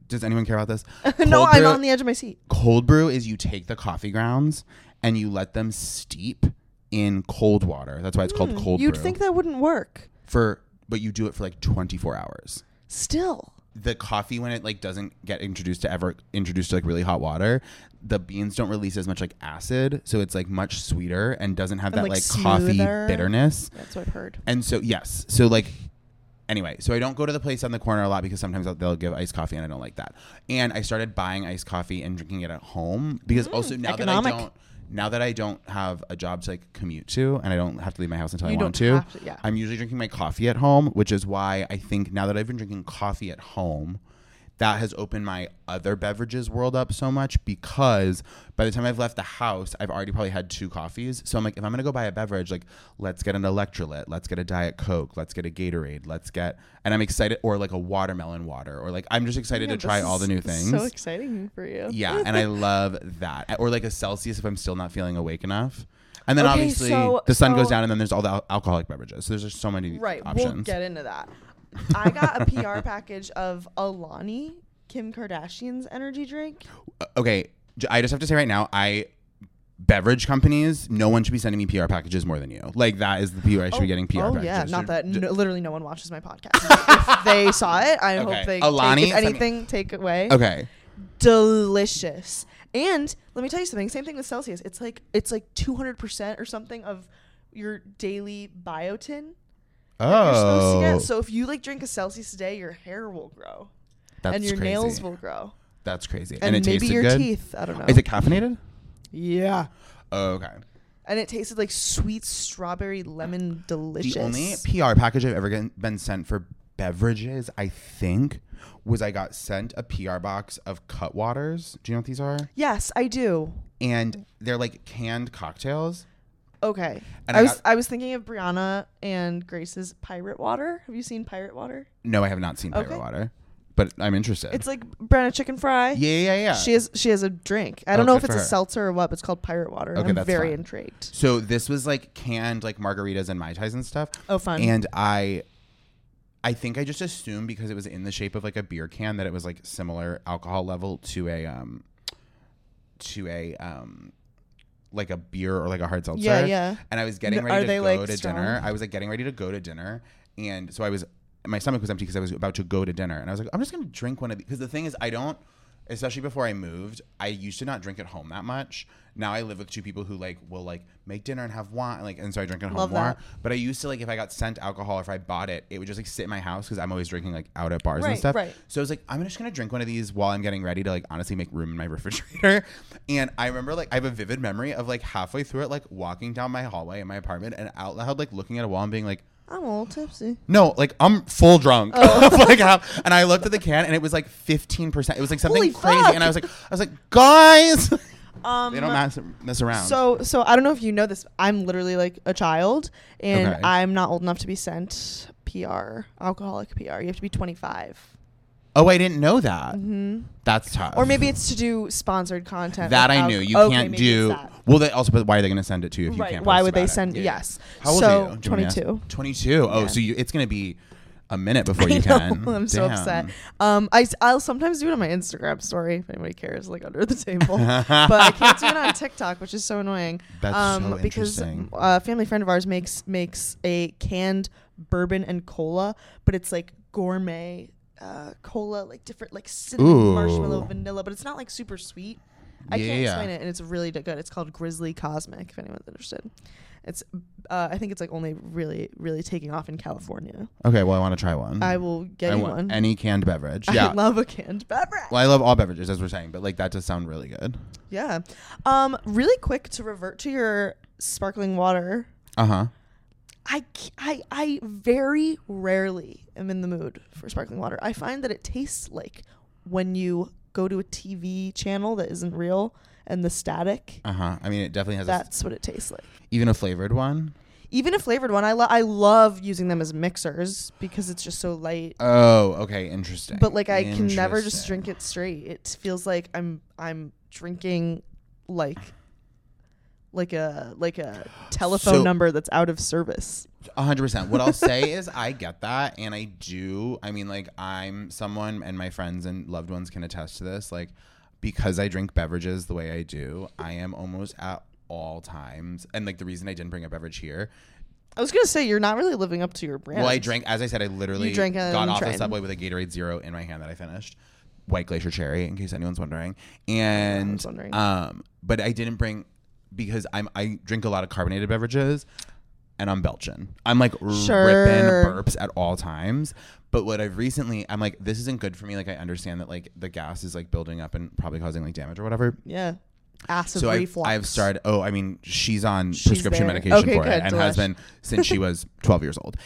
S3: does anyone care about this
S2: *laughs* *laughs* no,
S3: Cold
S2: I'm
S3: brew-
S2: on the edge of my seat.
S3: cold brew is you take the coffee grounds and you let them steep in cold water. That's why it's called cold
S2: Mm, You'd
S3: brew.
S2: think that wouldn't work.
S3: for but you do it for like 24 hours.
S2: Still.
S3: The coffee when it like doesn't get introduced to ever introduced to like really hot water, the beans don't release as much like acid, so it's like much sweeter and doesn't have
S2: And,
S3: that
S2: like,
S3: like, coffee
S2: smoother.
S3: bitterness.
S2: That's what I've heard.
S3: And so yes, so like anyway, so I don't go to the place on the corner a lot because sometimes they'll- they'll give iced coffee and I don't like that. And I started buying iced coffee and drinking it at home because also now
S2: Mm, economic.
S3: that I don't now that I don't have a job to like commute to and I don't have to leave my house until
S2: You
S3: I want
S2: don't
S3: to,
S2: have to, yeah.
S3: I'm usually drinking my coffee at home, which is why I think now that I've been drinking coffee at home that has opened my other beverages world up so much because by the time I've left the house, I've already probably had two coffees. So I'm like, if I'm gonna go buy a beverage, like let's get an electrolyte, let's get a diet coke, let's get a Gatorade, let's get, and I'm excited, or like a watermelon water, or like I'm just excited
S2: Yeah,
S3: to try
S2: this
S3: all the
S2: is
S3: new things.
S2: So exciting for you.
S3: yeah, and I love that, or like a Celsius if I'm still not feeling awake enough. And then
S2: Okay,
S3: obviously
S2: so-
S3: the sun goes
S2: so-
S3: down, and then there's all the al- alcoholic beverages. So there's just so many
S2: Right.
S3: options.
S2: We'll get into that. I got a
S3: *laughs*
S2: PR package of Alani, Kim Kardashian's energy drink.
S3: okay, j- I just have to say right now, I beverage companies, no one should be sending me PR packages more than you. Like that is the people I should be getting PR
S2: oh,
S3: packages.
S2: yeah. Not
S3: Should-
S2: that
S3: d-
S2: no, literally no one watches my podcast. if
S3: *laughs*
S2: they saw it, I hope
S3: Okay.
S2: they
S3: Alani,
S2: take, if
S3: send me-
S2: anything take away.
S3: Okay.
S2: Delicious. And let me tell you something. Same thing with Celsius. It's like it's like 200% or something of your daily biotin.
S3: Oh.
S2: You're supposed to get. So if you like drink a Celsius a day, your hair will grow
S3: Oh, that's
S2: and your
S3: crazy.
S2: nails will grow.
S3: That's crazy.
S2: And,
S3: And, it
S2: maybe
S3: tasted
S2: your
S3: good?
S2: teeth. I don't know.
S3: Is it caffeinated?
S2: yeah.
S3: Oh, okay.
S2: and it tasted like sweet strawberry lemon delicious.
S3: *gasps* The only PR package I've ever get- been sent for beverages, I think, was I got sent a PR box of Cutwaters. Do you know what these are?
S2: yes, I do.
S3: And they're like canned cocktails.
S2: Okay.
S3: And
S2: I
S3: I
S2: was
S3: got-
S2: I was thinking of Brianna and Grace's Pirate Water. Have you seen Pirate Water?
S3: No, I have not seen
S2: Okay.
S3: Pirate Water, but I'm interested.
S2: It's like Brianna chicken fry.
S3: yeah, yeah, yeah.
S2: She has she has a drink. I don't
S3: Oh,
S2: know if
S3: good
S2: it's a
S3: for her.
S2: seltzer or what, but it's called Pirate Water. and
S3: Okay,
S2: I'm
S3: that's
S2: very
S3: fine.
S2: intrigued.
S3: So this was like canned like margaritas and mai tais and stuff.
S2: Oh, fun.
S3: And I, I think I just assumed because it was in the shape of like a beer can that it was like similar alcohol level to a um, to a um, like a beer or like a hard seltzer.
S2: Yeah, yeah.
S3: And I was getting
S2: No,
S3: ready
S2: are
S3: to
S2: they,
S3: go
S2: like,
S3: to
S2: strong?
S3: dinner. I was like getting ready to go to dinner, and so I was my stomach was empty because I was about to go to dinner, and I was like, I'm just gonna drink one of these because the thing is I don't. Especially before I moved, I used to not drink at home that much. Now I live with two people who like will like make dinner and have wine, like, and so I drink at home
S2: Love
S3: more.
S2: that.
S3: But I used to like if I got sent alcohol or if I bought it, it would just like sit in my house because I'm always drinking like out at bars
S2: Right,
S3: and stuff.
S2: right.
S3: So I was like, I'm just gonna drink one of these while I'm getting ready to like honestly make room in my *laughs* refrigerator. And I remember like I have a vivid memory of like halfway through it, like walking down my hallway in my apartment and out loud like looking at a wall and being like,
S2: I'm a little tipsy.
S3: No, like I'm full drunk.
S2: Oh.
S3: *laughs* like, I'm- and I looked at the can and it was like 15%. It was like something
S2: Holy
S3: crazy.
S2: fuck.
S3: And I was like, I was like, guys, *laughs*
S2: Um, *laughs*
S3: they don't mess, mess around.
S2: So, so I don't know if you know this. I'm literally like a child, and
S3: Okay.
S2: I'm not old enough to be sent PR, alcoholic PR. You have to be 25,
S3: oh, I didn't know that. That's tough.
S2: Mm-hmm. or maybe it's to do sponsored content.
S3: that
S2: with
S3: I
S2: alco-
S3: knew. You
S2: Okay,
S3: can't
S2: maybe it's
S3: do.
S2: that.
S3: Well, they also, but why are they going to send it to you if you
S2: Right.
S3: can't?
S2: Why
S3: post
S2: would they
S3: about it?
S2: send?
S3: Yeah, yeah.
S2: Yes.
S3: How old
S2: so
S3: are you? Do you want me to
S2: 22.
S3: ask? 22. Oh,
S2: Yeah.
S3: so you, it's going to be
S2: *laughs*
S3: a minute before
S2: I
S3: you
S2: know,
S3: can.
S2: Oh, I'm so upset. Um, I s- I'll sometimes do it on my Instagram story if anybody cares, like under the
S3: *laughs*
S2: table. but I can't do it on TikTok, which is so annoying.
S3: That's
S2: um,
S3: so
S2: because uh,
S3: interesting.
S2: a family friend of ours makes makes a canned bourbon and cola, but it's like gourmet uh, cola, like different, like cinnamon, marshmallow,
S3: Ooh.
S2: vanilla, but it's not like super sweet. I
S3: Yeah,
S2: can't
S3: yeah.
S2: explain it, and it's really d- good. It's called Grizzly Cosmic. If anyone's interested, it's uh, I think it's like only really, really taking off in California.
S3: Okay, well, I want to try one.
S2: I will get
S3: Hmm. I
S2: you
S3: want
S2: one.
S3: Any canned beverage. Yeah.
S2: I love a canned beverage.
S3: well, I love all beverages, as we're saying, but like that does sound really good.
S2: Yeah. Um, really quick to revert to your sparkling water.
S3: Uh huh.
S2: I, c- I, I very rarely am in the mood for sparkling water. I find that it tastes like when you go to a TV channel that isn't real and the static.
S3: Uh huh. I mean, it definitely has a f
S2: That's what it tastes like.
S3: even a flavored one.
S2: Even a flavored one, I, lo- I love using them as mixers because it's just so light.
S3: Oh, okay, interesting.
S2: but like I can never just
S3: Interesting.
S2: drink it straight. It feels like I'm I'm drinking like like a like a telephone
S3: So-
S2: number that's out of service.
S3: A hundred percent. What I'll say is I get that, and I do. I mean, like I'm someone, and my friends and loved ones can attest to this. Like because I drink beverages the way I do, I am almost at all times. And like the reason I didn't bring a beverage here,
S2: I was gonna say you're not really living up to your brand.
S3: well, I drank. As I said, I literally
S2: You drank on
S3: got off
S2: train.
S3: the subway with a Gatorade Zero in my hand that I finished. White Glacier Cherry, in case anyone's wondering. And
S2: wondering.
S3: um, but I didn't bring because I'm I drink a lot of carbonated beverages, and I'm belching. I'm like ripping
S2: Sure.
S3: burps at all times. But what I've recently, I'm like, this isn't good for me. Like I understand that like the gas is like building up and probably causing like damage or whatever.
S2: Yeah. Acid
S3: So I've,
S2: reflux.
S3: I've started. Oh, I mean, she's on
S2: She's
S3: prescription
S2: there.
S3: medication
S2: Okay,
S3: for
S2: good,
S3: it, and
S2: delish.
S3: has been since she was 12 years old.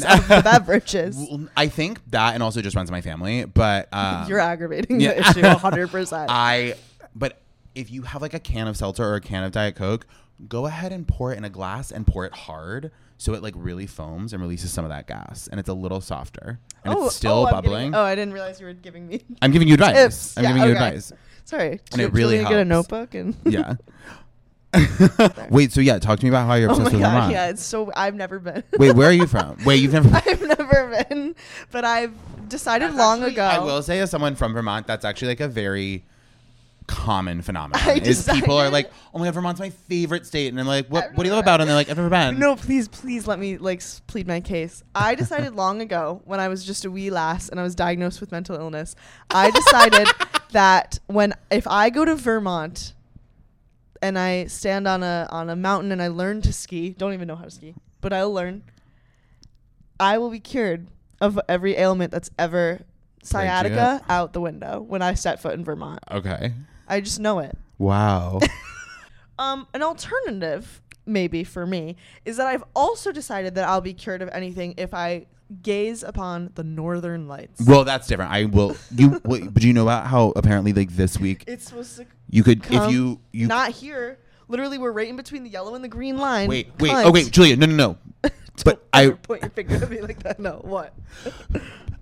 S2: *laughs* *laughs* because of the beverages.
S3: well, I think that and also just runs in my family, but *laughs* um,
S2: *laughs* You're aggravating
S3: yeah. Um,
S2: the issue
S3: *laughs*
S2: 100. percent
S3: I but if you have like a can of seltzer or a can of diet coke, go ahead and pour it in a glass and pour it hard so it like really foams and releases some of that gas and it's a little softer and it's still bubbling.
S2: oh, I didn't realize you were giving me.
S3: I'm giving you advice.
S2: *laughs* Tips.
S3: I'm
S2: Yeah,
S3: giving you
S2: okay.
S3: advice.
S2: Sorry.
S3: And
S2: Ju-
S3: it really
S2: Julia, get a
S3: helps.
S2: notebook and
S3: Yeah. *laughs* Wait, so yeah, talk to me about how you're
S2: *laughs* oh my
S3: obsessed with
S2: god,
S3: Vermont.
S2: yeah, it's so I've never been.
S3: Wait, where are you from? Wait, you've never
S2: *laughs* I've never been, but I've decided
S3: That's
S2: long
S3: actually-
S2: ago.
S3: I will say, as someone from Vermont, that's actually like a very common phenomenon.
S2: *laughs* I
S3: is people are
S2: decided-
S3: like, "Oh my god, Vermont's my favorite state," and I'm like, "What?
S2: I've
S3: What do you love
S2: never
S3: about?" it? And they're like, "I've never been."
S2: No, please, please let me like s- plead my case. I
S3: *laughs*
S2: decided long ago when I was just a wee lass and I was diagnosed with mental illness. I
S3: *laughs*
S2: decided that when if I go to Vermont and I stand on a on a mountain and I learn to ski, don't even know how to ski, but I'll learn. I will be cured of every ailment that's ever sciatica out the window when I set foot in Vermont.
S3: Okay.
S2: I just know it.
S3: Wow. *laughs*
S2: Um, an alternative, maybe for me, is that I've also decided that I'll be cured of anything if I gaze upon the northern lights.
S3: well, that's different. I will. You. Wait, but do you know about how apparently like this week
S2: It's supposed to
S3: you could
S2: come
S3: if you you
S2: not here. Literally, we're right in between the yellow and the green line.
S3: wait wait
S2: Cunt.
S3: oh wait Julia no no no.
S2: *laughs* Don't
S3: But I
S2: ever point your finger at me like that. No, what?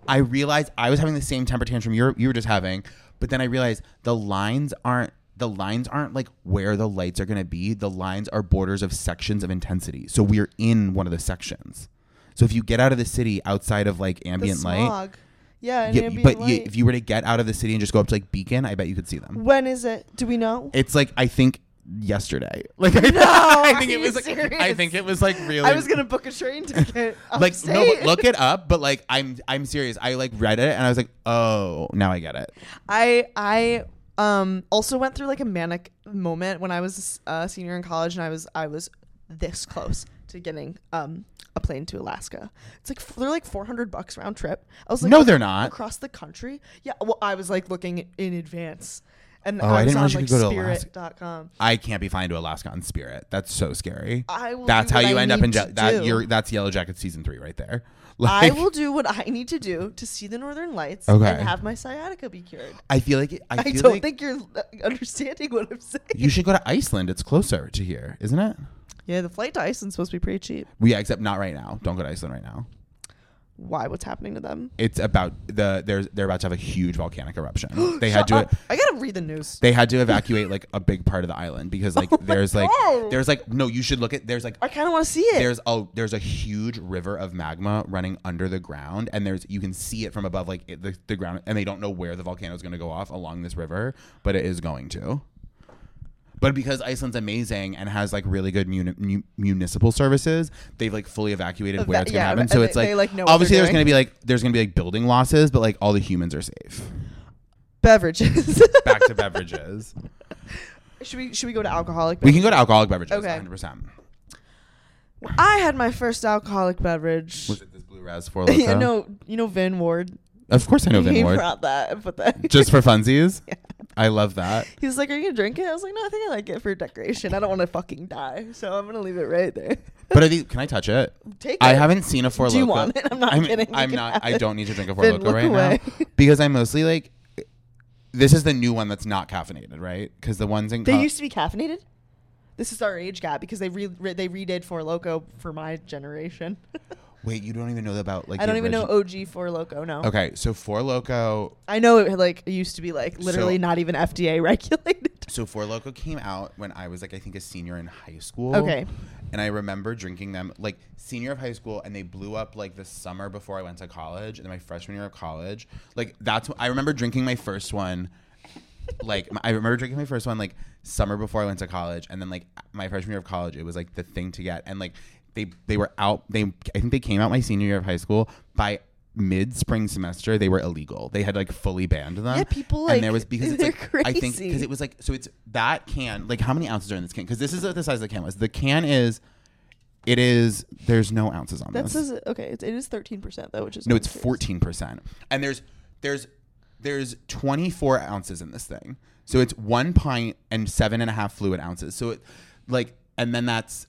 S3: I realized I was having the same temper tantrum you were, you were just having, but then I realized the lines aren't the lines aren't like where the lights are going to be. The lines are borders of sections of intensity. So we're in one of the sections. So if you get out of the city outside of like
S2: The
S3: ambient light,
S2: smog. Yeah, an
S3: yeah,
S2: ambient
S3: but
S2: light.
S3: yeah, if you were to get out of the city and just go up to like Beacon, I bet you could see them.
S2: when is it? Do we know?
S3: It's like I think yesterday. *laughs* Like I, I think
S2: are
S3: it was
S2: you
S3: like, I think it was like really
S2: I was gonna book a train ticket.
S3: *laughs* like no,
S2: upstate.
S3: but look it up, but like I'm I'm serious. I like read it and I was like, "Oh, now I get it."
S2: I I um also went through like a manic moment when I was a senior in college and I was I was this close to getting um a plane to Alaska. It's like f- they're like 400 bucks round trip. I was like
S3: No, they're not.
S2: across the country. Yeah, well I was like looking in advance. And
S3: Oh,
S2: I,
S3: I
S2: was
S3: didn't
S2: on
S3: realize you
S2: like
S3: could go to Alaska.
S2: spirit.com.
S3: I can't be flying to Alaska on Spirit. That's so scary.
S2: I will
S3: that's
S2: do
S3: how
S2: what
S3: you
S2: I
S3: end up
S2: need
S3: in ja-
S2: to
S3: that.
S2: do.
S3: You're that's Yellow Jacket season three right there.
S2: *laughs* I
S3: Like,
S2: will do what I need to do to see the northern lights
S3: Okay.
S2: and have my sciatica be cured.
S3: I feel like it, I,
S2: I,
S3: feel
S2: don't
S3: like
S2: think you're uh, understanding what I'm saying.
S3: you should go to Iceland. It's closer to here, isn't it?
S2: yeah, the flight to Iceland's supposed to be pretty cheap.
S3: Well, yeah, except not right now. Don't go to Iceland right now.
S2: Why? What's happening to them?
S3: It's about the there's they're about to have a huge
S2: *gasps*
S3: volcanic eruption. they had
S2: Shut up.
S3: to.
S2: I gotta read the news.
S3: They had to evacuate like a big part of the island because
S2: *laughs*
S3: like there's like
S2: Oh God.
S3: there's like no you should look at there's like
S2: I kind of want to see it.
S3: there's a there's a huge river of magma running under the ground and there's you can see it from above like it, the, the ground and they don't know where the volcano is going to go off along this river but it is going to but because Iceland's amazing and has like really good muni- mu- municipal services, they've like fully evacuated
S2: Eva-
S3: where it's gonna
S2: yeah,
S3: happen.
S2: and
S3: So
S2: they-
S3: it's like,
S2: they, like, know what
S3: obviously
S2: they're
S3: there's gonna
S2: doing.
S3: be like there's gonna be like building losses, but like all the humans
S2: *laughs*
S3: are safe. *laughs*
S2: beverages.
S3: Back to beverages.
S2: *laughs* should we should we go to alcoholic?
S3: We can go to alcoholic beverages.
S2: Okay.
S3: 100%.
S2: beverages? I had my first alcoholic beverage.
S3: Was it this blue res
S2: *laughs*
S3: for
S2: you know, you know Van Ward.
S3: Of course, I know
S2: *laughs* he
S3: Vin Ward.
S2: brought that and put that. *laughs*
S3: Just for funsies, I love that.
S2: He was like, "Are you gonna drink it?" I was like, "No, I think I like it for decoration. I don't want to fucking die, so I'm gonna leave it right there." *laughs*
S3: But are these, can I touch it?
S2: Take
S3: I
S2: it.
S3: haven't seen a four
S2: Uh, Do you
S3: Loko.
S2: want it? I'm not kidding. You
S3: I'm
S2: can
S3: not.
S2: have
S3: I
S2: it.
S3: don't need to drink a four
S2: Then
S3: Loko
S2: look
S3: right
S2: away.
S3: now because I'm mostly like. This is the new one that's not caffeinated, right? Because the ones in
S2: They
S3: co-
S2: used to be caffeinated. This is our age gap because they re- re- they redid Four Loco for my generation. *laughs*
S3: wait, you don't even know about like
S2: I don't
S3: the
S2: even know
S3: origin-
S2: OG Four Loco. No,
S3: okay, so four Loko.
S2: I know it like it used to be like literally
S3: So-
S2: not even FDA *laughs* regulated.
S3: So four Loko came out when I was like I think a senior in high school.
S2: Okay.
S3: And I remember drinking them like senior of high school, and they blew up like the summer before I went to college, and my freshman year of college. Like that's when I remember drinking my first one. Like my- I remember drinking my first one like summer before I went to college, and then like my freshman year of college, it was like the thing to get, and like they they were out. They I think they came out my senior year of high school by mid spring semester they were illegal they had like fully banned them
S2: Yeah, people,
S3: and there
S2: like,
S3: was
S2: *laughs*
S3: because it's
S2: they're
S3: like i think because
S2: crazy.
S3: it was like so it's that can like how many ounces are in this can because this is the size of the can was the can is it is there's no ounces on
S2: That
S3: this
S2: says okay. It's, it is thirteen percent though, which is
S3: no it's
S2: crazy.
S3: 14% and there's there's there's 24 ounces in this thing so it's one pint and seven and a half fluid ounces so it like and then that's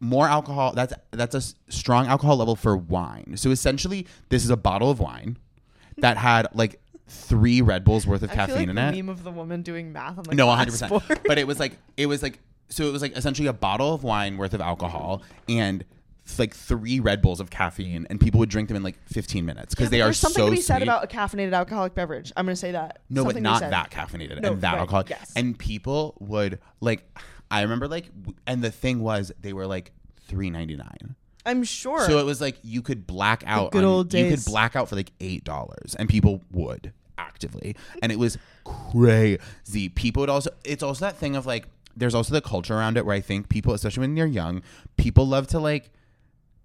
S3: more alcohol that's that's a s- strong alcohol level for wine so essentially this is a bottle of wine that had like three red bulls worth of
S2: I feel
S3: caffeine
S2: like
S3: in
S2: the
S3: it
S2: meme of the woman doing math on the
S3: no, one hundred
S2: glass
S3: percent.
S2: board. *laughs*
S3: But it was like it was like so it was like essentially a bottle of wine worth of alcohol and th- like three Red Bulls of caffeine, and people would drink them in like fifteen minutes because
S2: But
S3: they are
S2: There's something
S3: so
S2: to be said
S3: sweet.
S2: about a caffeinated alcoholic beverage. I'm gonna say that.
S3: no,
S2: Something to
S3: but
S2: be
S3: not
S2: said.
S3: that caffeinated
S2: No,
S3: and that
S2: right,
S3: alcohol.
S2: yes.
S3: And people would like, I remember like, w- and the thing was they were like three ninety nine.
S2: I'm sure.
S3: So it was like you could black out.
S2: good
S3: on-
S2: old
S3: You
S2: days.
S3: could black out for like eight dollars, and people would actively, and it was crazy. People would also. It's also that thing of like. There's also the culture around it where I think people, especially when they're young, people love to like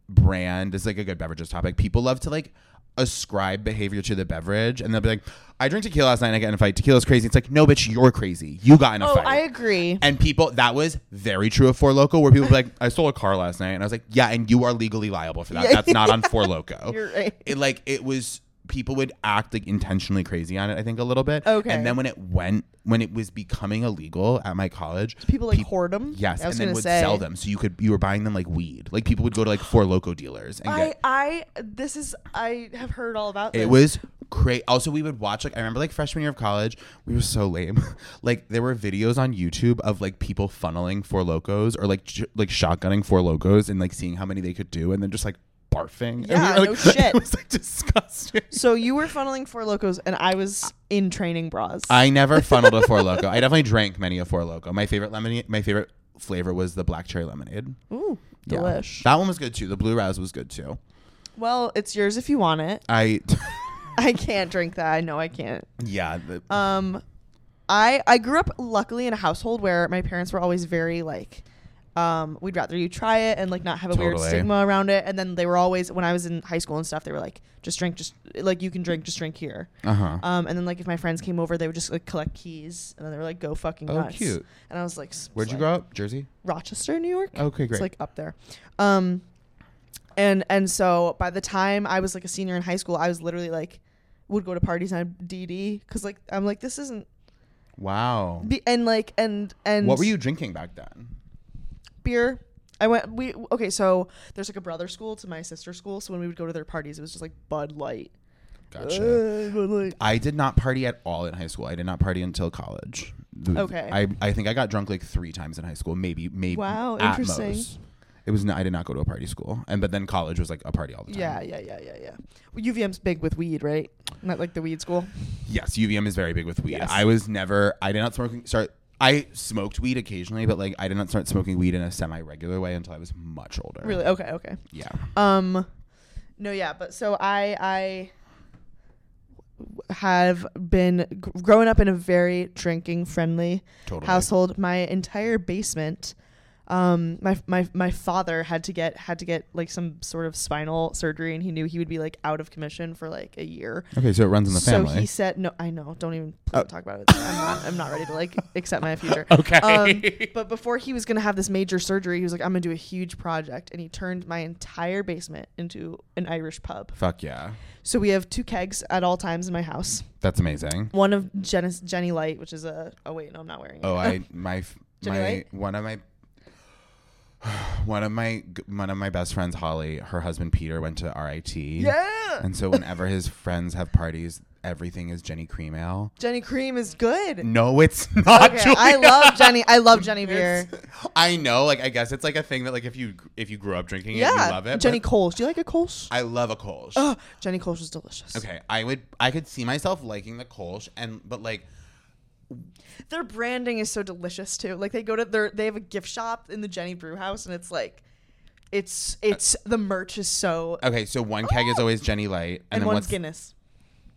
S3: brand this is like a good beverages topic. People love to like ascribe behavior to the beverage and they'll be like, I drank tequila last night and I got in a fight. Tequila's crazy. It's like, no, bitch, you're crazy. You got in a
S2: oh,
S3: fight.
S2: I agree.
S3: And people, that was very true of Four Loco, where people were like, I stole a car last night. And I was like, yeah, and you are legally liable for that.
S2: Yeah.
S3: That's not on Four
S2: *laughs*
S3: Loco.
S2: You're right.
S3: It, like, it was, people would act like intentionally crazy on it, I think, a little bit.
S2: Okay.
S3: And then when it went, when it was becoming illegal at my college,
S2: People like
S3: peop-
S2: hoard them.
S3: Yes,
S2: I was
S3: and then
S2: gonna
S3: would
S2: say.
S3: sell them. So you could, you were buying them like weed. Like people would go to like Four Loco dealers and
S2: I,
S3: get.
S2: I, this is, I have heard all about this.
S3: It was great. Also, we would watch like I remember like freshman year of college, we were so lame. *laughs* like there were videos on YouTube of like people funneling four locos or like ch- like shotgunning four locos and like seeing how many they could do and then just like barfing. And
S2: Yeah,
S3: we
S2: no
S3: like,
S2: shit.
S3: *laughs* It was like disgusting.
S2: So you were funneling four locos, and I was in training bras.
S3: I never funneled a four loco. I definitely drank many a four loco. My favorite lemonade, my favorite flavor was the black cherry lemonade.
S2: Ooh,
S3: Yeah.
S2: delish.
S3: That one was good too. The blue raz was good too.
S2: Well, it's yours if you want it.
S3: I *laughs*
S2: I can't drink that. I know I can't.
S3: yeah. The,
S2: Um, I I grew up luckily in a household where my parents were always very like, um, we'd rather you try it and like not have a weird
S3: Totally.
S2: stigma around it. And then they were always when I was in high school and stuff, they were like, just drink, just like you can drink, just drink here.
S3: uh huh.
S2: Um, and then like if my friends came over, they would just like collect keys, and then they were like, go fucking
S3: Oh,
S2: nuts.
S3: cute.
S2: And I was like, s-
S3: Where'd you
S2: like,
S3: grow up? Jersey.
S2: Rochester, New York.
S3: Okay,
S2: It's
S3: great.
S2: like up there. Um and and so by the time I was like a senior in high school, I was literally like would go to parties on DD cuz like I'm like this isn't
S3: Wow.
S2: Be- and like and and
S3: What were you drinking back then?
S2: beer. I went we okay, so there's like a brother school to my sister school, so when we would go to their parties it was just like Bud Light.
S3: Gotcha.
S2: Uh, Bud Light.
S3: I did not party at all in high school. I did not party until college. The-
S2: Okay.
S3: I, I think I got drunk like three times in high school, maybe maybe.
S2: Wow,
S3: at
S2: interesting.
S3: most. It was not, I did not go to a party school, and but then college was like a party all the time.
S2: Yeah, yeah, yeah, yeah, yeah. Well, UVM's big with weed, right? Not like the weed school.
S3: Yes, UVM is very big with weed.
S2: Yes.
S3: I was never. I did not smoking start. I smoked weed occasionally, but like I did not start smoking weed in a semi-regular way until I was much older.
S2: Really? Okay, okay.
S3: Yeah.
S2: Um, no, yeah, but so I I have been gr- growing up in a very drinking friendly
S3: Totally.
S2: household. My entire basement, um, my my my father had to get had to get like some sort of spinal surgery, and he knew he would be like out of commission for like a year.
S3: Okay, so it runs in the
S2: So
S3: family. Uh,
S2: he said, "No, I know. Don't even please don't talk about it. I'm not. I'm not ready to like accept my future."
S3: *laughs* Okay.
S2: Um, but before he was gonna have this major surgery, he was like, "I'm gonna do a huge project," and he turned my entire basement into an Irish pub.
S3: Fuck yeah,
S2: So we have two kegs at all times in my house.
S3: that's amazing.
S2: One of Jen- Jenny Light, which is a oh wait, no, I'm not wearing it. *laughs*
S3: Oh, I my f-
S2: Jimmy
S3: my
S2: Light?
S3: one of my *sighs* one of my g- one of my best friends, Holly. Her husband Peter went to RIT.
S2: yeah.
S3: And so
S2: *laughs*
S3: whenever his friends have parties, everything is Jenny Cream Ale.
S2: Jenny Cream is
S3: *laughs*
S2: good.
S3: No, it's not.
S2: Okay, I
S3: Julia.
S2: love Jenny. I love
S3: *laughs*
S2: Jenny beer.
S3: I know. Like I guess it's like a thing that like if you if you grew up drinking it,
S2: Yeah,
S3: you love it.
S2: Jenny
S3: but
S2: Kolsch. Do you like a
S3: *gasps*
S2: Kolsch?
S3: I love a Kolsch.
S2: oh, Jenny Kolsch is delicious.
S3: Okay, I would. I could see myself liking the Kolsch, and but like
S2: Their branding is so delicious too. Like they go to their they have a gift shop in the Jenny Brew House and it's like it's it's the merch is so and,
S3: okay, so one keg is always Jenny Light, and, then
S2: Oh. one's
S3: what's
S2: Guinness.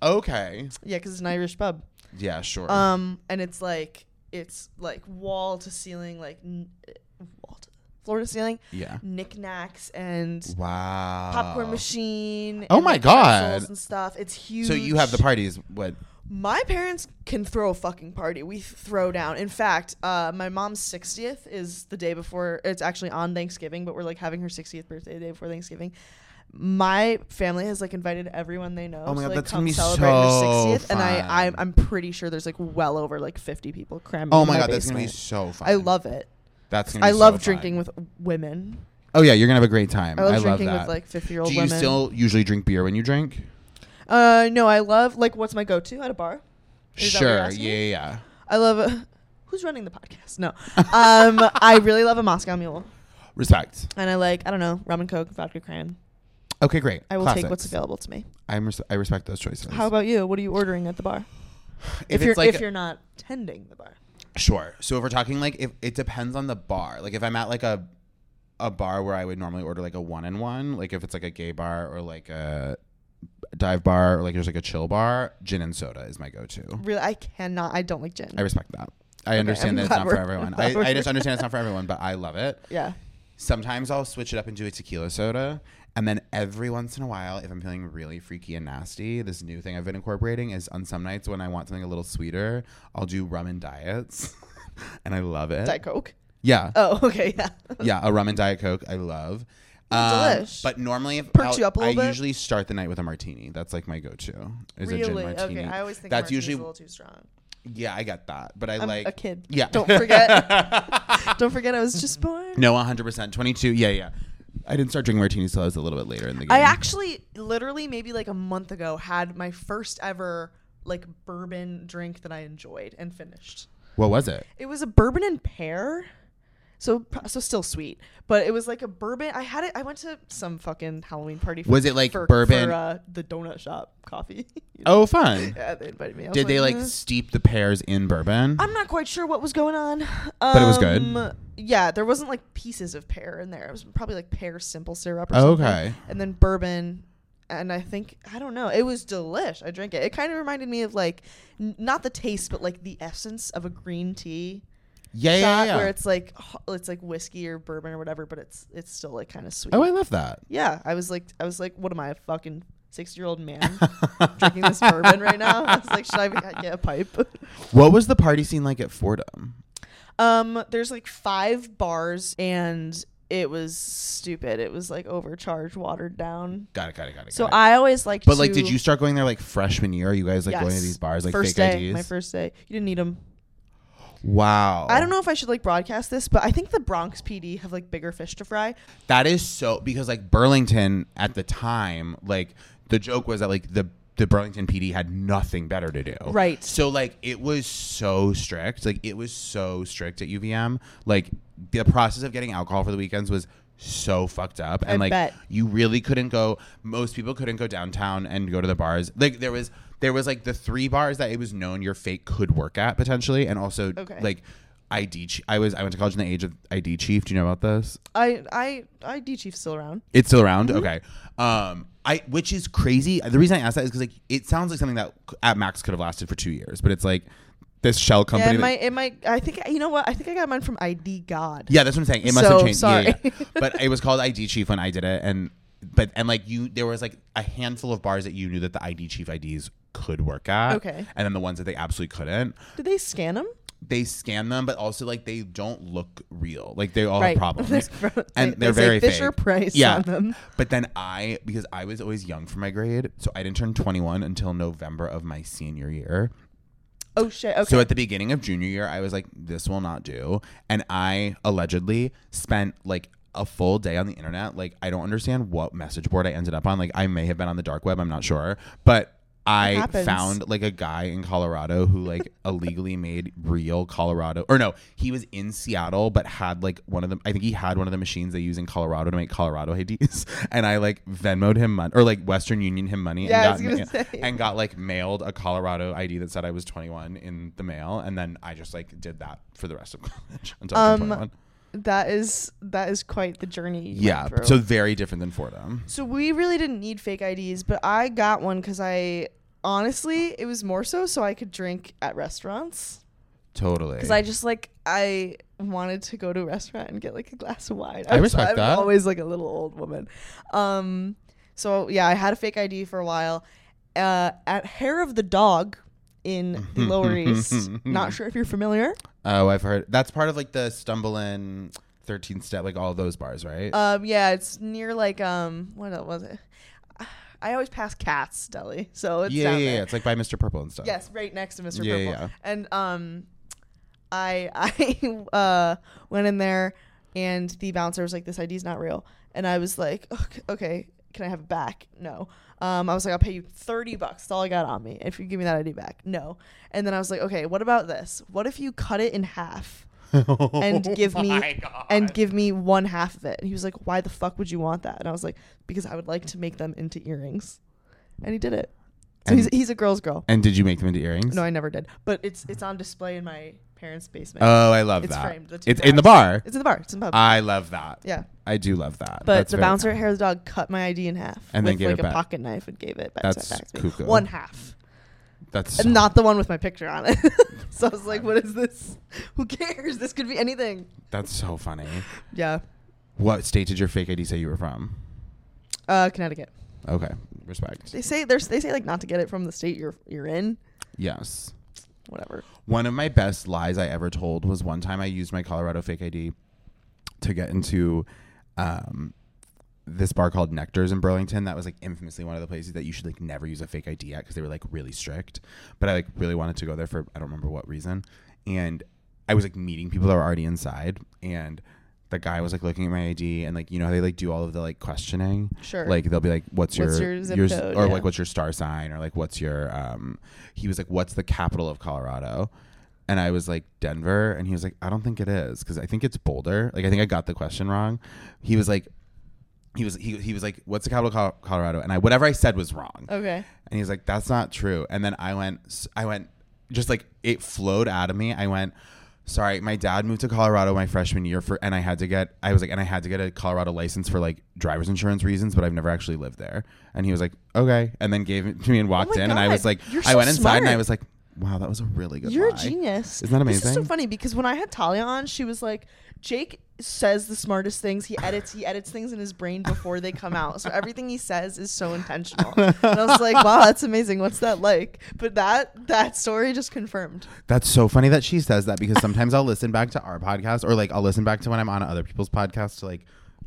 S3: okay?
S2: Yeah, cuz it's an Irish pub.
S3: Yeah, sure.
S2: Um and it's like it's like wall to ceiling like n- wall to floor to ceiling
S3: yeah.
S2: knickknacks and
S3: Wow.
S2: popcorn machine
S3: Oh
S2: and,
S3: my
S2: like, pretzels
S3: God.
S2: and stuff it's huge
S3: So you have the parties. What?
S2: My parents can throw a fucking party. We throw down. In fact, uh, my mom's 60th is the day before. It's actually on Thanksgiving, but we're like having her 60th birthday the day before Thanksgiving. My family has like invited everyone they know
S3: Oh my
S2: to
S3: God,
S2: like
S3: that's
S2: come
S3: gonna be
S2: celebrate
S3: so
S2: her 60th, and
S3: fun.
S2: I, I I'm pretty sure there's like well over like 50 people cramming.
S3: Oh
S2: in
S3: my god, that's gonna be
S2: basement.
S3: so fun.
S2: I love it.
S3: That's. Gonna be
S2: I
S3: so
S2: love
S3: fun.
S2: drinking with women.
S3: Oh yeah, you're gonna have a great time.
S2: I love drinking
S3: that.
S2: with like 50 year old
S3: Do you
S2: women.
S3: still usually drink beer when you drink?
S2: uh, no, I love like what's my go-to at a bar? Is that what you're
S3: Sure. Yeah,
S2: asking?
S3: yeah, yeah.
S2: I love a, *laughs* who's running the podcast. No, um, I really love a Moscow Mule,
S3: Respect.
S2: and I like I don't know rum and coke, vodka cran.
S3: Okay, great.
S2: I will
S3: Classics.
S2: take what's available to me.
S3: I'm res- I respect those choices.
S2: How about you? What are you ordering at the bar?
S3: if,
S2: if you're
S3: it's like
S2: if you're not tending the bar,
S3: sure? So if we're talking like if it depends on the bar. Like if I'm at like a a bar where I would normally order like a one and one, like if it's like a gay bar or like a dive bar or like there's like a chill bar, gin and soda is my go to.
S2: really, I cannot. I don't like gin.
S3: I respect that. I understand
S2: I'm
S3: that it's
S2: glad
S3: not for
S2: we're-
S3: everyone.
S2: glad
S3: I,
S2: we're-
S3: I just
S2: *laughs*
S3: understand it's not for everyone, but I love it.
S2: yeah,
S3: Sometimes I'll switch it up and do a tequila soda. And then every once in a while, if I'm feeling really freaky and nasty, this new thing I've been incorporating is on some nights when I want something a little sweeter, I'll do rum and diets. *laughs* and I love it.
S2: diet coke.
S3: yeah.
S2: Oh, *laughs* okay, yeah.
S3: yeah. A rum and diet Coke. I love. Um,
S2: delish.
S3: But normally, if
S2: Perks
S3: I'll-
S2: you up a
S3: I
S2: little bit?
S3: usually start the night with a martini. That's like my go to, is a gin
S2: really?
S3: martini.
S2: Okay, I always think
S3: That's
S2: martini's
S3: usually,
S2: a little too strong.
S3: yeah, I get that. But I
S2: I'm
S3: like,
S2: a kid.
S3: yeah.
S2: Don't
S3: *laughs*
S2: forget. don't forget, I was just born.
S3: no, 100%. 22. Yeah, yeah. I didn't start drinking martinis till I was a little bit later in the game.
S2: I actually, literally, maybe like a month ago, had my first ever like bourbon drink that I enjoyed and finished.
S3: what was it?
S2: It was a bourbon and pear. So so still sweet, but it was like a bourbon. I had it. I went to some fucking Halloween party. For,
S3: Was it, like,
S2: for,
S3: bourbon-
S2: for, uh, the donut shop coffee? *laughs*
S3: Oh, fun.
S2: yeah, they invited me. I was
S3: Did they like
S2: "Eh."
S3: steep the pears in bourbon?
S2: I'm not quite sure what was going on. Um,
S3: it was good?
S2: Yeah, there wasn't like pieces of pear in there. It was probably like pear simple syrup. or
S3: Oh,
S2: something.
S3: okay.
S2: And then bourbon, and I think I don't know. It was delish. I drank it. It kind of reminded me of like n- not the taste, but like the essence of a green tea
S3: yeah, yeah,
S2: shot,
S3: yeah.
S2: where it's like h- it's like whiskey or bourbon or whatever, but it's it's still like kind of sweet.
S3: oh, I love that.
S2: yeah, I was like I was like, what am I a fucking six year old
S3: *laughs*
S2: man drinking this bourbon right now? I was like, should I be- get a pipe?
S3: What was the party scene like at Fordham?
S2: Um, there's like five bars, and it was stupid. It was like overcharged, watered down.
S3: Got it, got it, got it.
S2: So
S3: got it.
S2: I always like.
S3: But like, did you start going there like freshman year? Are you guys like going to
S2: Yes.
S3: these bars like
S2: first
S3: fake
S2: day,
S3: IDs?
S2: My first day. You didn't need them.
S3: Wow.
S2: I don't know if I should like broadcast this, but I think the Bronx PD have like bigger fish to fry.
S3: That is so because like Burlington at the time, like the joke was that like the the Burlington PD had nothing better to do.
S2: Right.
S3: So like it was so strict. Like it was so strict at UVM. Like the process of getting alcohol for the weekends was so fucked up and
S2: I
S3: like
S2: bet.
S3: you really couldn't go most people couldn't go downtown and go to the bars. Like there was there was like the three bars that it was known your fake could work at potentially and also
S2: Okay.
S3: like ID ch- I was I went to college in the age of ID chief. Do you know about this?
S2: I I I D Chief's still around.
S3: It's still around.
S2: Mm-hmm.
S3: Okay. Um, I which is crazy. The reason I asked that is because like it sounds like something that c- at max could have lasted for two years, but it's like this shell
S2: Yeah,
S3: company.
S2: it
S3: that-
S2: might it might I think you know what? I think I got mine from ID God.
S3: yeah, that's what I'm saying. It must
S2: So,
S3: have changed. Yeah, yeah,
S2: sorry.
S3: yeah. but it was called ID Chief when I did it, and but and like you, there was like a handful of bars that you knew that the ID Chief IDs could work at.
S2: Okay.
S3: And then the ones that they absolutely couldn't,
S2: Did they scan them?
S3: they scan them, but also like they don't look real. Like they all
S2: Right. *laughs*
S3: have problems,
S2: There's-
S3: Oh, and
S2: they-
S3: they're
S2: they say
S3: very
S2: Fisher
S3: fake.
S2: Price on them.
S3: But then I, because I was always young for my grade, so I didn't turn 21 until November of my senior year.
S2: Oh shit. Okay.
S3: So at the beginning of junior year, I was like, this will not do. And I allegedly spent like a full day on the internet. Like, I don't understand what message board I ended up on. Like, I may have been on the dark web, I'm not sure. But I
S2: happens.
S3: found like a guy in Colorado
S2: *laughs*
S3: who like illegally made real Colorado or no, he was in Seattle but had like one of the I think he had one of the machines they use in Colorado to make Colorado *laughs* IDs and I like Venmoed him money or like Western Union him money
S2: Yeah, I was
S3: and, got, *laughs*
S2: gonna say.
S3: and got like mailed a Colorado ID that said I was 21 in the mail, and then I just like did that for the rest of *laughs* college until I
S2: Um,
S3: was 21.
S2: that is that is quite the journey. you
S3: Yeah,
S2: went through.
S3: so very different than Fordham.
S2: So we really didn't need fake IDs, but I got one because I honestly it was more so so I could drink at restaurants
S3: Totally.
S2: because I just like I wanted to go to a restaurant and get like a glass of wine.
S3: I respect
S2: am
S3: that.
S2: Always like a little old woman. Um, so yeah, I had a fake ID for a while. Uh, at Hair of the Dog
S3: *laughs*
S2: in the Lower East. Not sure if you're familiar.
S3: oh, I've heard that's part of like the Stumblein, 13 Step, like all those bars, right?
S2: Um, yeah, it's near like um, what el- was it? I always pass Cats Deli, so it's
S3: yeah, yeah,
S2: down
S3: yeah,
S2: there.
S3: It's like by Mr. Purple and stuff.
S2: Yes, right next to Mr.
S3: Yeah,
S2: Purple.
S3: yeah.
S2: And um, I *laughs* I uh went in there, and the bouncer was like, "This ID's not real," and I was like, "Ok- "Okay, can I have it back?" No. Um, I was like, "I'll pay you thirty bucks. That's all I got on me. If you give me that ID back, no." And then I was like, "Okay, what about this? What if you cut it in
S3: *laughs*
S2: half?" and give me and give me one half of it. And he was like, "Why the fuck would you want that?" And I was like, "Because I would like to make them into earrings." And he did it. So
S3: And-
S2: he's he's a girl's girl.
S3: And did you make them into earrings?
S2: No, I never did. But it's it's on display in my parents' basement.
S3: oh, I love
S2: it's
S3: that.
S2: framed. The two
S3: it's in the bar.
S2: tabs. it's in the bar. It's in the pub.
S3: I love that.
S2: yeah.
S3: I do love that.
S2: But
S3: That's
S2: the
S3: very-
S2: bouncer at Hair of the Dog cut my ID in half
S3: And then
S2: with
S3: gave
S2: like
S3: it
S2: a
S3: back.
S2: pocket knife and gave it back,
S3: That's
S2: back to me.
S3: cuckoo.
S2: One half.
S3: That's
S2: And not the one with my picture on it. *laughs* so I was like, what is this? Who cares? This could be anything.
S3: that's so funny.
S2: Yeah.
S3: What state did your fake ID say you were from?
S2: Uh, Connecticut.
S3: Okay, respect.
S2: They say there's they say like not to get it from the state you're you're in.
S3: Yes.
S2: Whatever.
S3: One of my best lies I ever told was one time I used my Colorado fake ID to get into um, this bar called Nectar's in Burlington. That was like infamously one of the places that you should like never use a fake ID at because they were like really strict. But I like really wanted to go there for I don't remember what reason. And I was like meeting people that were already inside and the guy was like looking at my ID and like you know how they like do all of the like questioning.
S2: Sure.
S3: Like they'll be like, "What's your
S2: What's your zip
S3: s-
S2: code?
S3: or
S2: Yeah.
S3: like what's your star sign or like what's your um he was like what's the capital of colorado and i was like denver and he was like i don't think it is because i think it's boulder like i think i got the question wrong he was like he was he, he was like what's the capital of Col- colorado and i whatever i said was wrong
S2: Okay.
S3: and he's like, "That's not true." And then I went, I went, just like it flowed out of me. I went, "Sorry, my dad moved to Colorado my freshman year for, and I had to get." I was like, "And I had to get a Colorado license for like driver's insurance reasons, but I've never actually lived there." And he was like, "Okay," and then gave it to me and walked
S2: Oh my
S3: in, and I
S2: God,
S3: was like,
S2: you're
S3: I
S2: so
S3: went inside and I
S2: smart.
S3: was like, "Wow, that was a really good."
S2: You're a
S3: lie."
S2: genius.
S3: Isn't that
S2: This is so
S3: amazing?
S2: funny because when I had Talia on, she was like, Jake says the smartest things. He edits he edits things in his brain before they come out. So everything he says is so intentional. and I was like, wow, that's amazing. What's that like? But that that story just confirmed.
S3: That's so funny that she says that because sometimes I'll listen back to our podcast or like I'll listen back to when I'm on other people's podcasts to like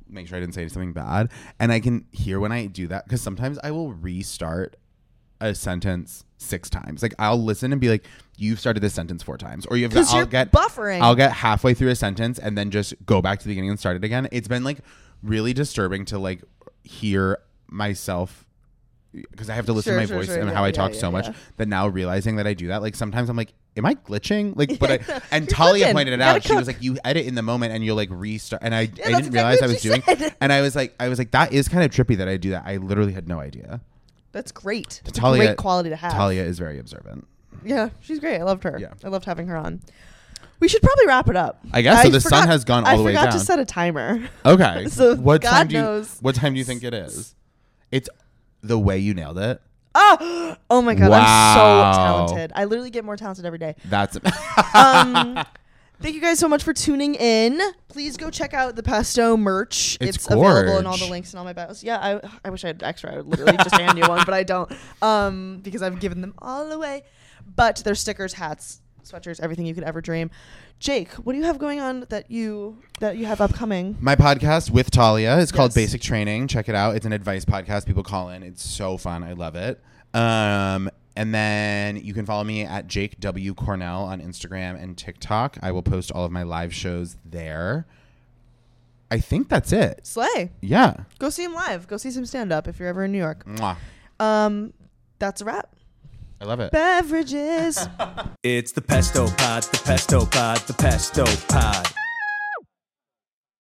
S3: make sure I didn't say something bad. And I can hear when I do that because sometimes I will restart a sentence six times. Like I'll listen and be like, "You've started this sentence four times," or you've.
S2: 'Cause
S3: I'll
S2: you're
S3: get
S2: buffering.
S3: I'll get halfway through a sentence and then just go back to the beginning and start it again. It's been like really disturbing to like hear myself because I have to listen
S2: Sure,
S3: to my
S2: sure,
S3: voice
S2: sure.
S3: and
S2: Yeah,
S3: how I
S2: yeah,
S3: talk
S2: yeah,
S3: so much.
S2: yeah.
S3: That now realizing that I do that, like sometimes I'm like, "Am I
S2: *laughs*
S3: glitching?" Like, but I and
S2: You're
S3: Talia
S2: cooking.
S3: pointed it
S2: You gotta
S3: out. She was
S2: cook.
S3: like, "You edit in the moment and you'll like restart." And I, I didn't
S2: that's
S3: realize I
S2: exactly
S3: was
S2: what
S3: doing.
S2: she said.
S3: *laughs* And I was like, I was like, that is kind of trippy that I do that. I literally had no idea.
S2: That's great. It's a
S3: Talia-
S2: great quality to have.
S3: Talia is very observant.
S2: Yeah, she's great. I loved her.
S3: Yeah.
S2: I loved having her on. We should probably wrap it up.
S3: I guess so. The sun has gone all
S2: I
S3: the way
S2: forgot to
S3: down.
S2: set a timer. *laughs*
S3: Okay.
S2: So,
S3: what
S2: God
S3: time do you,
S2: knows.
S3: What time do you think it is? It's the way you nailed it.
S2: Oh, oh my god,
S3: Wow.
S2: I'm so talented. I literally get more talented every day.
S3: That's *laughs*
S2: Um, thank you guys so much for tuning in. Please go check out the Pesto merch.
S3: It's
S2: available in all the
S3: gorge.
S2: links and all my bios. Yeah, I, I wish I had extra. I would literally just hand you one, but I don't um, because I've given them all away. But there's stickers, hats, sweatshirts, everything you could ever dream. Jake, what do you have going on that you that you have upcoming?
S3: my podcast with Talia. It's called
S2: Yes.
S3: Basic Training. Check it out. It's an advice podcast. People call in. It's so fun. I love it. Um, and then you can follow me at Jake W Cornell on Instagram and TikTok. I will post all of my live shows there. I think that's it.
S2: Slay.
S3: Yeah.
S2: Go see him live. Go see some stand up if you're ever in New York.
S3: Mwah.
S2: Um, that's a wrap.
S3: I love it.
S2: Beverages.
S1: It's the pesto pod, the pesto pod, the pesto pod.